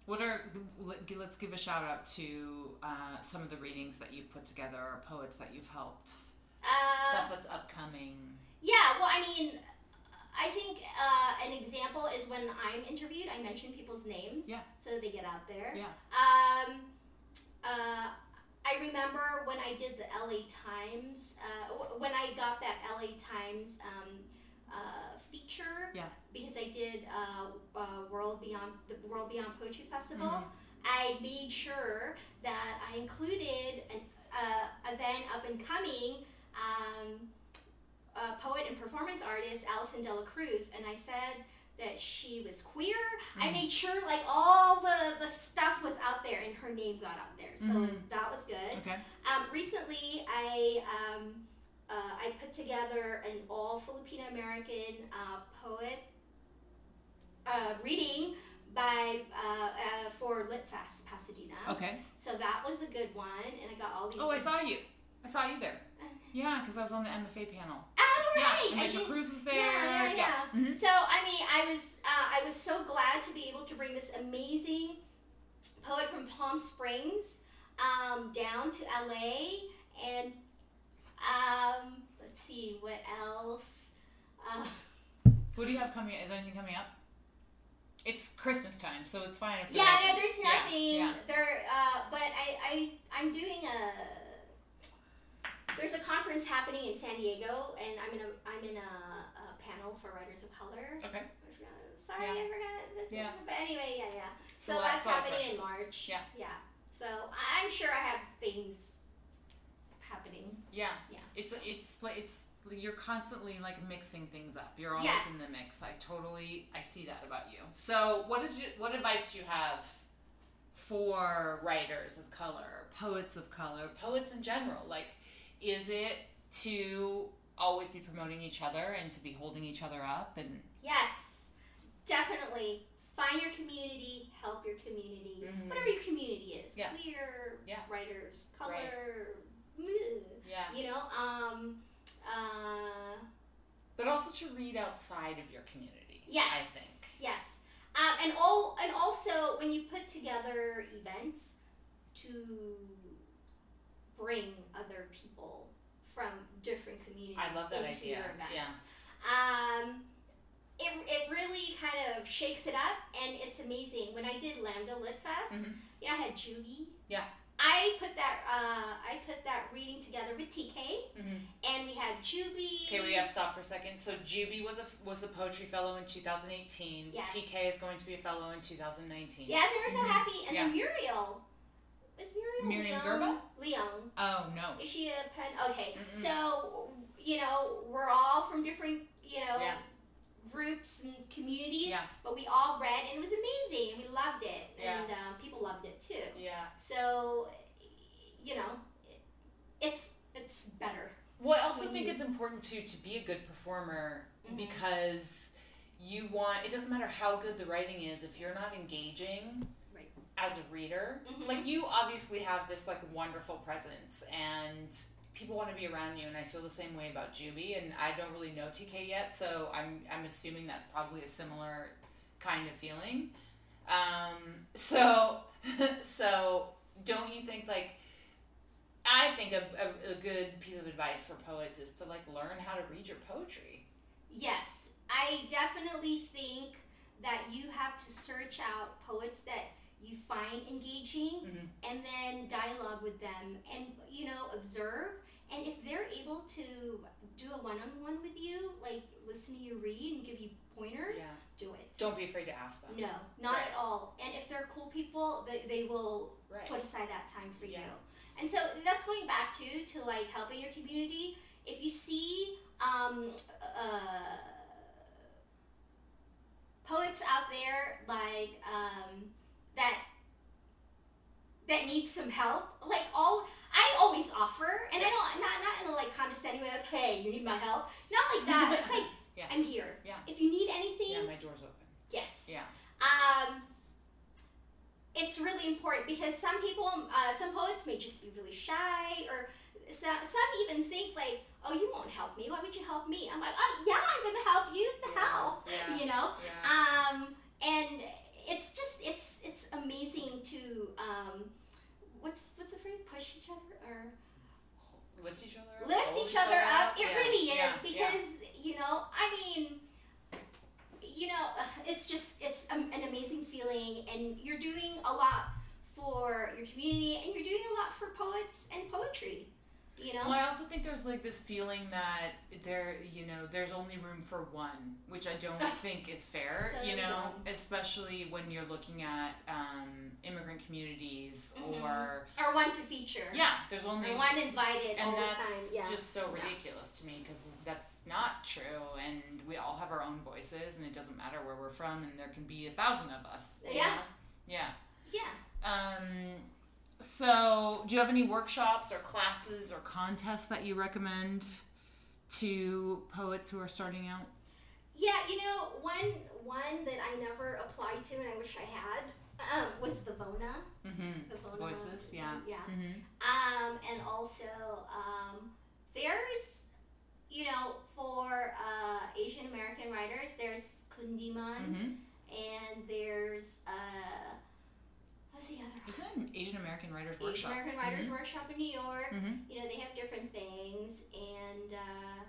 S4: What are let- let's give a shout out to uh, some of the readings that you've put together or poets that you've helped
S5: uh,
S4: stuff that's upcoming.
S5: yeah. Well, I mean, I think uh, an example is when I'm interviewed, I mention people's names,
S4: Yeah.
S5: so they get out there.
S4: Yeah.
S5: Um, uh, I remember when I did the LA Times, uh, w- when I got that LA Times um, uh, feature.
S4: Yeah.
S5: Because I did uh, uh, World Beyond the World Beyond Poetry Festival,
S4: Mhm.
S5: I made sure that I included an uh, a then up and coming um, uh, poet and performance artist Allison Dela Cruz, and I said that she was queer. I made sure like all the the stuff was out there, and her name got out there, so
S4: Mhm.
S5: that was good.
S4: Okay.
S5: Um, recently, I um, uh, I put together an all Filipino American uh, poet uh, reading by uh, uh, for Litfest Pasadena.
S4: Okay.
S5: So that was a good one, and I got all these.
S4: Oh, I saw you. I saw you
S5: [laughs]
S4: there. Yeah, because I was on the MFA panel.
S5: Oh, right.
S4: Yeah, and
S5: I
S4: Mitchell
S5: did-
S4: Cruz was there.
S5: Yeah, yeah, yeah.
S4: Mhm.
S5: So I mean, I was uh, I was so glad to be able to bring this amazing poet from Palm Springs um, down to LA, and um, let's see what else. Uh,
S4: What do you have coming? Is there anything coming up? It's Christmas time, so it's fine if there
S5: yeah, no,
S4: isn't.
S5: there's
S4: Yeah,
S5: nothing.
S4: yeah.
S5: There, uh, but I, I, I'm doing a. There's a conference happening in San Diego, and I'm in a, I'm in a, a panel for writers of color.
S4: Okay.
S5: I forgot- Sorry,
S4: Yeah.
S5: I forgot. the
S4: Yeah.
S5: thing, But anyway, yeah, yeah.
S4: It's a
S5: So
S4: lot-
S5: that's
S4: it's a lot of
S5: happening in
S4: pressure.
S5: March.
S4: Yeah.
S5: Yeah. So I- I'm sure I have things happening.
S4: Yeah.
S5: Yeah.
S4: It's it's like it's you're constantly like mixing things up. You're always
S5: Yes.
S4: in the mix. I totally I see that about you. So what is you what advice do you have for writers of color, poets of color, poets in general? Like, is it to always be promoting each other and to be holding each other up and
S5: Yes, definitely. Find your community, help your community,
S4: Mhm.
S5: whatever your community is.
S4: Yeah.
S5: Queer,
S4: Yeah.
S5: writers, color,
S4: Right.
S5: bleh.
S4: yeah.
S5: you know. Um, uh,
S4: But also to read outside of your community.
S5: yes,
S4: I think.
S5: yes. Um, and all and also when you put together events to bring other people from different communities
S4: I love that
S5: into
S4: idea.
S5: your events.
S4: Yeah.
S5: Um, it, it really kind of shakes it up, and it's amazing. When I did Lambda Lit Fest,
S4: Mhm.
S5: you know, I had Judy.
S4: Yeah.
S5: I put that uh, I put that reading together with TK,
S4: Mhm.
S5: and we had Juby.
S4: Okay, we have to stop for a second. So Juby was a was the poetry fellow in 2018.
S5: Yes.
S4: TK is going to be a fellow in 2019.
S5: Yes, and
S4: Mm-hmm.
S5: we're so happy. And then Muriel. Is
S4: Miriam
S5: Muriel Leung? Leung.
S4: Oh no.
S5: Is she a pen? Okay.
S4: Mm-mm.
S5: So, you know, we're all from different, you know,
S4: Yeah.
S5: groups and communities,
S4: Yeah.
S5: but we all read and it was amazing and we loved it.
S4: Yeah.
S5: And um, people loved it too.
S4: Yeah.
S5: So, you know, it's it's better.
S4: Well, I also
S5: When
S4: think
S5: you-
S4: it's important too to be a good performer
S5: Mhm.
S4: because you want it doesn't matter how good the writing is if you're not engaging
S5: Right.
S4: as a reader.
S5: Mhm.
S4: Like you obviously have this like wonderful presence and people want to be around you, and I feel the same way about Juby. And I don't really know TK yet, so I'm I'm assuming that's probably a similar kind of feeling. Um, so [laughs] so don't you think like I think a, a, a good piece of advice for poets is to like learn how to read your poetry.
S5: Yes, I definitely think that you have to search out poets that you find engaging
S4: Mhm.
S5: and then dialogue with them and you know observe and if they're able to do a one-on-one with you like listen to you read and give you pointers
S4: Yeah.
S5: do it
S4: Don't be afraid to ask them.
S5: no not
S4: Right.
S5: at all and if they're cool people they, they will
S4: Right.
S5: put aside that time for you.
S4: Yeah.
S5: And so that's going back to to like helping your community. If you see um, uh, poets out there like um, that that need some help, like all I always offer, and I don't not not in a like condescending way, like hey, you need my help. Not like that. it's like
S4: [laughs] Yeah.
S5: I'm here.
S4: Yeah.
S5: If you need anything,
S4: Yeah, my door's open.
S5: yes
S4: Yeah.
S5: um, it's really important because some people, uh, some poets may just be really shy, or some, some even think like, "Oh, you won't help me. Why would you help me?" I'm like, "Oh, yeah, I'm gonna help you. What The
S4: Yeah,
S5: hell,
S4: yeah.
S5: you know."
S4: Yeah.
S5: Um, and it's just it's it's amazing to um, what's what's the phrase? Push each other or
S4: lift each other up.
S5: lift
S4: hold
S5: each other up. It
S4: Yeah,
S5: really is
S4: yeah, yeah.
S5: because you know, I mean, you know, [sighs] it's just it's um an amazing feeling, and you're doing a lot for your community, and you're doing a lot for poets and poetry. You know,
S4: Well, I also think there's like this feeling that there, you know, there's only room for one, which I don't
S5: [laughs]
S4: think is fair.
S5: So
S4: you know,
S5: dumb.
S4: especially when you're looking at um, immigrant communities
S5: Mm-hmm.
S4: or
S5: or one to feature,
S4: yeah, there's only
S5: or one invited all
S4: and that's
S5: the time. Yeah,
S4: just so
S5: No.
S4: ridiculous to me because that's not true. And we all have our own voices, and it doesn't matter where we're from, and there can be a thousand of us. you
S5: Yeah.
S4: know? yeah.
S5: yeah.
S4: Um, so, do you have any workshops or classes or contests that you recommend to poets who are starting out?
S5: Yeah, you know, one one that I never applied to and I wish I had um, was the Vona.
S4: Mm-hmm.
S5: The Vona
S4: Voices, yeah.
S5: Yeah.
S4: Mm-hmm.
S5: Um, and also, um, there's, you know, for uh, Asian American writers, there's Kundiman
S4: Mm-hmm.
S5: and there's, uh, what's the other
S4: Isn't it an Asian American Writers
S5: Asian
S4: Workshop? Mm-hmm.
S5: American Writers Workshop in New York?
S4: Mhm.
S5: You know, they have different things, and uh,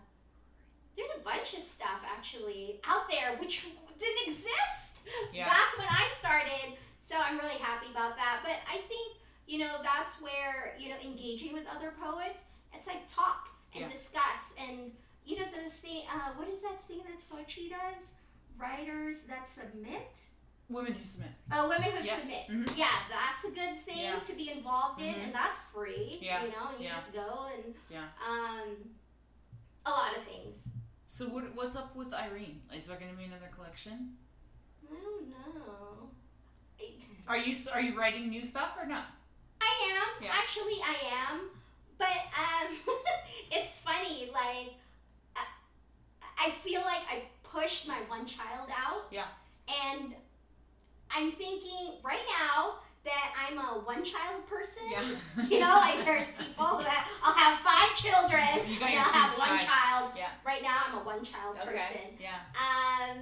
S5: there's a bunch of stuff actually out there which didn't exist
S4: Yeah.
S5: back when I started. So I'm really happy about that. But I think you know that's where you know engaging with other poets. It's like talk and
S4: Yeah.
S5: discuss and you know the thing. Uh, what is that thing that Sochi does? Writers that submit.
S4: Women who submit.
S5: Oh, women who
S4: Yeah.
S5: submit.
S4: Mhm.
S5: Yeah, that's a good thing
S4: Yeah.
S5: to be involved in,
S4: Mhm.
S5: and that's free.
S4: Yeah,
S5: You know, and you
S4: yeah.
S5: just go and
S4: Yeah.
S5: um, a lot of things.
S4: So, what, what's up with Irene? Is there going to be another collection?
S5: I don't know. I-
S4: Are you st- are you writing new stuff or not?
S5: I am
S4: Yeah.
S5: actually I am, but um, [laughs] it's funny. Like I, I feel like I pushed my one child out.
S4: Yeah.
S5: And I'm thinking right now that I'm a one child person.
S4: [laughs]
S5: you know, like there's people that I'll have five children
S4: You got
S5: and
S4: your
S5: I'll have
S4: tubes
S5: one
S4: tied.
S5: child.
S4: Yeah.
S5: Right now, I'm a one child person.
S4: Okay. Yeah.
S5: Um,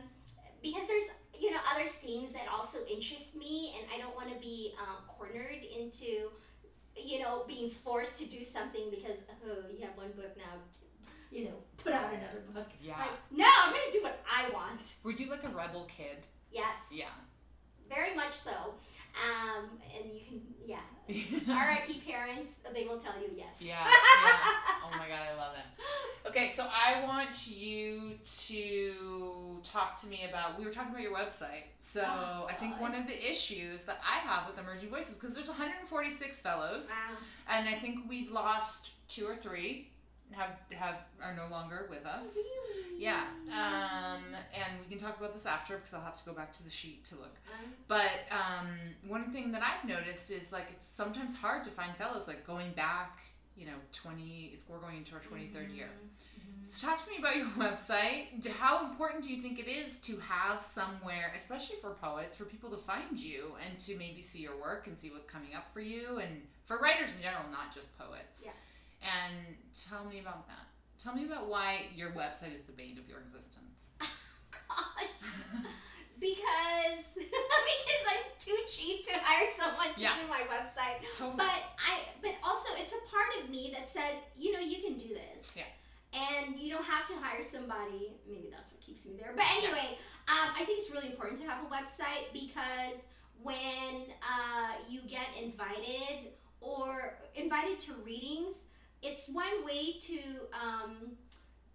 S5: because there's you know other things that also interest me, and I don't want to be um, cornered into you know being forced to do something because oh you have one book now, you know put out another book.
S4: Yeah.
S5: Like no, I'm gonna do what I want.
S4: Were you like a rebel kid?
S5: Yes.
S4: Yeah.
S5: Very much so. Um, and you can
S4: [laughs]
S5: yeah. R.I.P. parents, they will tell you yes. [laughs]
S4: Yeah, yeah. Oh my god, I love it. Okay, so I want you to talk to me about. We were talking about your website, so I think one of the issues that I have with Emerging Voices because there's 146 fellows,
S5: Wow.
S4: and I think we've lost two or three have have are no longer with us. Yeah, um, and we can talk about this after because I'll have to go back to the sheet to look. But um, one thing that I've noticed is like it's sometimes hard to find fellows like going back, you know, twenty. It's we're going into our twenty
S5: Mm-hmm.
S4: year. So talk to me about your [laughs] website. D- How important do you think it is to have somewhere, especially for poets, for people to find you and to maybe see your work and see what's coming up for you and for writers in general, not just poets.
S5: Yeah.
S4: And tell me about that. Tell me about why your website is the bane of your existence.
S5: Gosh. [laughs] because because I'm too cheap to hire someone to
S4: Yeah.
S5: do my website.
S4: Totally.
S5: But I but also it's a part of me that says, you know, you can do this.
S4: Yeah.
S5: And you don't have to hire somebody. Maybe that's what keeps me there. But anyway, um, I think it's really important to have a website because when uh, you get invited or invited to readings, it's one way to um,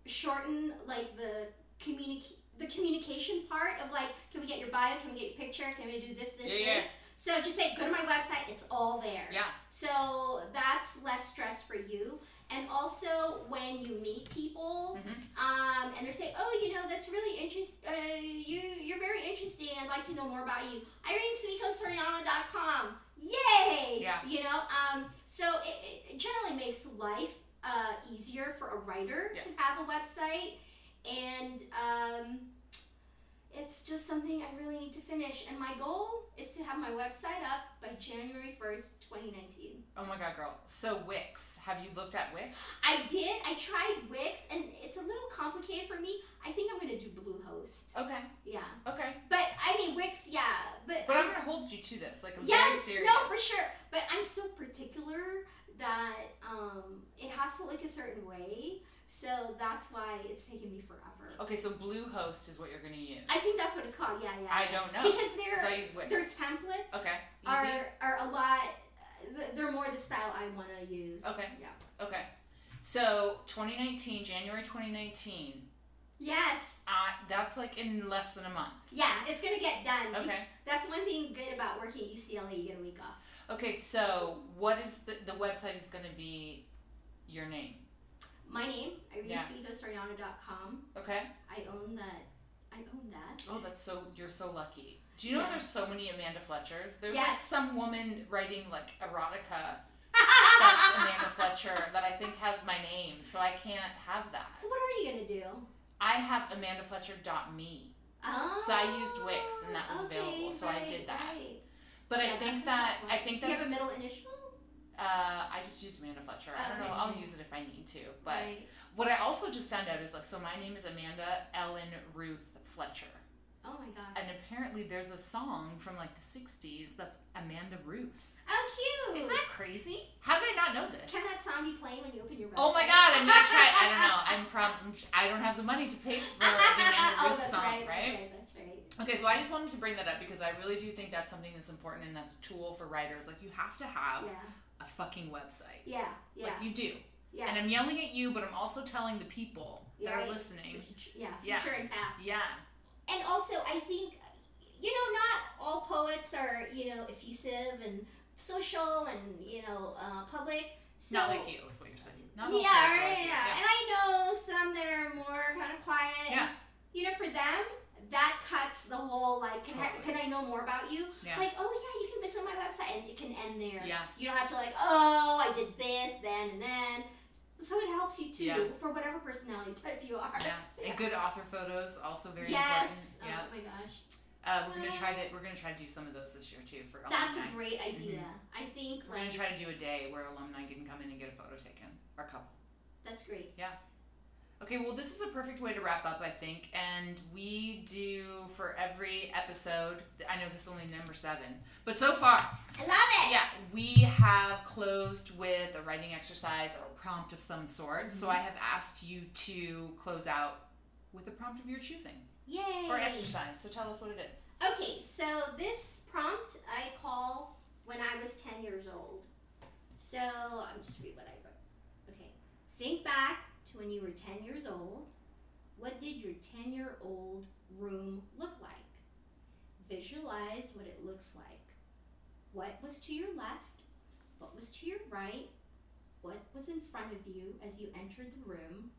S5: shorten like the communic the communication part of like, can we get your bio? Can we get your picture? Can we do this, this,
S4: Yeah, yeah.
S5: this? So just say, go to my website. It's all there.
S4: Yeah.
S5: So that's less stress for you. And also when you meet people,
S4: Mm-hmm.
S5: um, and they're saying, "Oh, you know, that's really interest. Uh, you you're very interesting. I'd like to know more about you." IreneSweetCoastSoriano.com. Yay!
S4: Yeah.
S5: You know, um, so it, it generally makes life uh, easier for a writer
S4: Yeah.
S5: to have a website, and um, it's just something I really need to finish. And my goal is to have my website up by January first, twenty nineteen.
S4: Oh my god, girl. So Wix. Have you looked at Wix?
S5: I did. I tried Wix, and it's a little complicated for me. I think I'm gonna do Bluehost.
S4: Okay.
S5: Yeah,
S4: Okay.
S5: but I mean Wix. Yeah, but,
S4: But I'm gonna hold you to this. Like I'm
S5: yes,
S4: very serious.
S5: no, for sure. But I'm so particular that um, it has to look a certain way. So that's why it's taken me forever.
S4: Okay, so Bluehost is what you're gonna use.
S5: I think that's what it's called. Yeah, yeah.
S4: I
S5: yeah.
S4: don't know.
S5: because they're
S4: Because I use Wix.
S5: their templates
S4: Okay. Easy.
S5: are are a lot. th- They're more the style I want to use.
S4: Okay.
S5: Yeah.
S4: Okay. So 2019, January 2019.
S5: Yes.
S4: Uh, that's like in less than a month.
S5: Yeah. It's gonna get done.
S4: Okay.
S5: That's one thing good about working at UCLA. You get a week off.
S4: Okay. So what is the the website is gonna be your name?
S5: My name,
S4: Yeah.
S5: IreneSweetGhostAriana.com.
S4: Okay.
S5: I own that. I own that.
S4: Oh, that's so. You're so lucky. Do you know
S5: Yeah.
S4: there's so many Amanda Fletchers? There's like
S5: Yes.
S4: some woman writing like erotica.
S5: [laughs]
S4: That's Amanda Fletcher that I think has my name, so I can't have that.
S5: So what are you gonna do?
S4: I have AmandaFletcher.me,
S5: Oh,
S4: So I used Wix and that was available, so I
S5: right,
S4: did that.
S5: right.
S4: but I
S5: Yeah,
S4: think
S5: that's a
S4: that
S5: tough
S4: I
S5: one.
S4: think
S5: Do you
S4: that
S5: have a
S4: it's-
S5: middle initial?
S4: Uh, I just used Amanda Fletcher. I don't know.
S5: Oh, Okay.
S4: I'll use it if I need to. But
S5: Right.
S4: what I also just found out is like, so my name is Amanda Ellen Ruth Fletcher,
S5: Oh my gosh.
S4: and apparently there's a song from like the '60s that's Amanda Ruth.
S5: How Oh, cute!
S4: Isn't that crazy? How did I not know this?
S5: Can that song be playing when you open your website?
S4: Oh my God! I'm gonna try. I
S5: [laughs]
S4: don't know. I'm probably. I don't have the money to pay for the Amanda
S5: oh,
S4: Ruth
S5: that's
S4: song,
S5: right,
S4: right?
S5: That's right. That's
S4: Okay, so I just wanted to bring that up because I really do think that's something that's important and that's a tool for writers. Like you have to have
S5: right.
S4: a fucking website.
S5: Yeah. Yeah.
S4: Like you do.
S5: Yeah.
S4: And I'm yelling at you, but I'm also telling the people that
S5: Right.
S4: are listening.
S5: Future- yeah.
S4: Yeah.
S5: Future and past.
S4: Yeah.
S5: and also I think you know not all poets are you know effusive and social and you know uh, public. So
S4: Not like you is what you're saying. Not
S5: yeah,
S4: all poets are
S5: right,
S4: like you.
S5: yeah, and I know some that are more kind of quiet. and,
S4: Yeah.
S5: you know, for them that cuts the whole like can, I,
S4: Totally.
S5: can I know more about you?
S4: Yeah.
S5: Like oh yeah, you can visit my website and it can end there.
S4: Yeah.
S5: You don't have to like oh I did this then and then. So it helps you too
S4: Yeah.
S5: for whatever personality type you are.
S4: Yeah. And good author photos also very
S5: yes.
S4: important. Yeah.
S5: Oh my gosh.
S4: Uh, we're gonna try to we're gonna try to do some of those this year too for
S5: That's a
S4: alumni.
S5: great idea.
S4: Mm-hmm.
S5: I think
S4: We're gonna
S5: like
S4: try to do a day where alumni can come in and get a photo taken or a couple.
S5: that's great.
S4: Okay, well, this is a perfect way to wrap up, I think. And we do for every episode, I know this is only number seven, but so far,
S5: I love it.
S4: yeah, we have closed with a writing exercise or a prompt of some sort. So I have asked you to close out with a prompt of your choosing
S5: Yay.
S4: or exercise. So tell us what it is.
S5: Okay, so this prompt I call when I was 10 years old. So I'm just read what I wrote. Okay. Think back to when you were 10 years old. What did your 10 year old room look like? Visualize what it looks like. What was to your left? What was to your right? What was in front of you as you entered the room?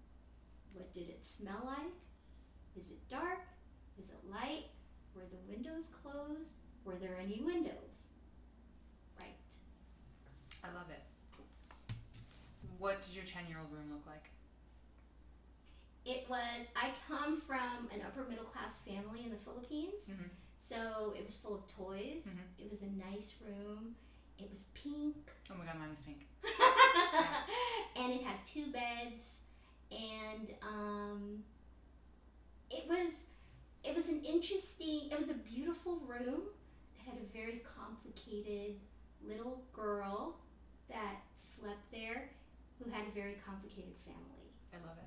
S5: What did it smell like? Is it dark? Is it light? Were the windows closed? Were there any windows? Right.
S4: I love it. What did your 10 year old room look like?
S5: It was, I come from an upper middle class family in the Philippines.
S4: Mhm.
S5: So it was full of toys.
S4: Mhm.
S5: It was a nice room. It was pink.
S4: Oh my god, mine was pink.
S5: [laughs] and it had two beds, and um, it was it was an interesting. It was a beautiful room that had a very complicated little girl that slept there, who had a very complicated family.
S4: I love it.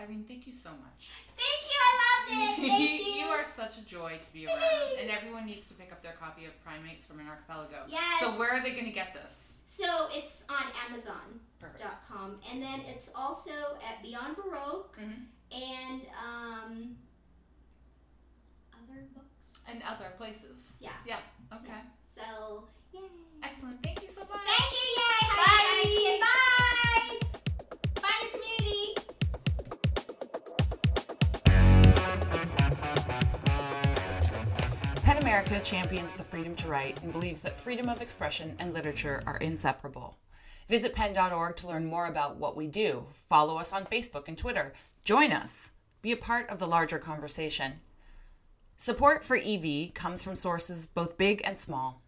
S4: Irene, thank you so much.
S5: Thank you, I
S4: [laughs]
S5: [laughs] loved it. [laughs] Thank you.
S4: are such a joy to be around, and everyone needs to pick up their copy of Primates from an Archipelago.
S5: Yes.
S4: So where are they going to get this?
S5: So it's on Amazon.
S4: Perfect.
S5: Com. And then it's also at Beyond Baroque
S4: Mhm.
S5: and um, other books.
S4: And other places.
S5: Yeah.
S4: Yeah. Okay.
S5: So, yay.
S4: Excellent. Thank you so much.
S5: Thank you, yay. Bye. Bye. Find your community.
S4: PEN America champions the freedom to write and believes that freedom of expression and literature are inseparable. Visit pen.org to learn more about what we do. Follow us on Facebook and Twitter. Join us. Be a part of the larger conversation. Support for EV comes from sources both big and small.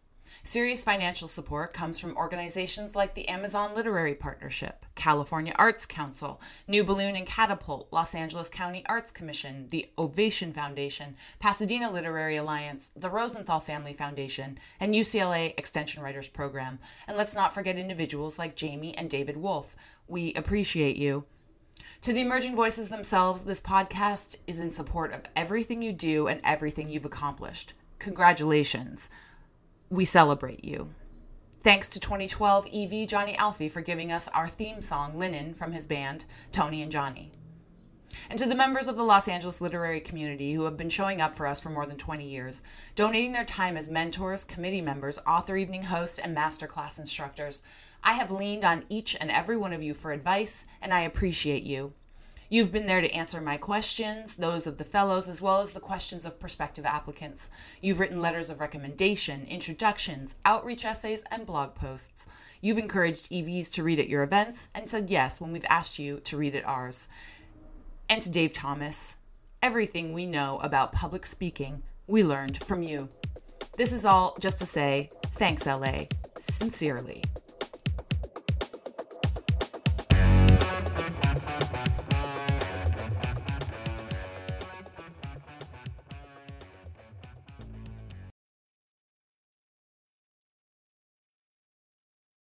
S4: Serious financial support comes from organizations like the Amazon Literary Partnership, California Arts Council, New Balloon and Catapult, Los Angeles County Arts Commission, the Ovation Foundation, Pasadena Literary Alliance, the Rosenthal Family Foundation, and UCLA Extension Writers Program. And let's not forget individuals like Jamie and David Wolf. We appreciate you. To the emerging voices themselves, this podcast is in support of everything you do and everything you've accomplished. Congratulations. We celebrate you. Thanks to 2012 EV Johnny Alfie for giving us our theme song, Linen, from his band, Tony and Johnny. And to the members of the Los Angeles literary community who have been showing up for us for more than 20 years, donating their time as mentors, committee members, author evening hosts, and masterclass instructors. I have leaned on each and every one of you for advice, and I appreciate you. You've been there to answer my questions, those of the fellows, as well as the questions of prospective applicants. You've written letters of recommendation, introductions, outreach essays, and blog posts. You've encouraged EVs to read at your events and said yes when we've asked you to read at ours and to Dave Thomas. Everything we know about public speaking, we learned from you. This is all just to say thanks, LA, sincerely.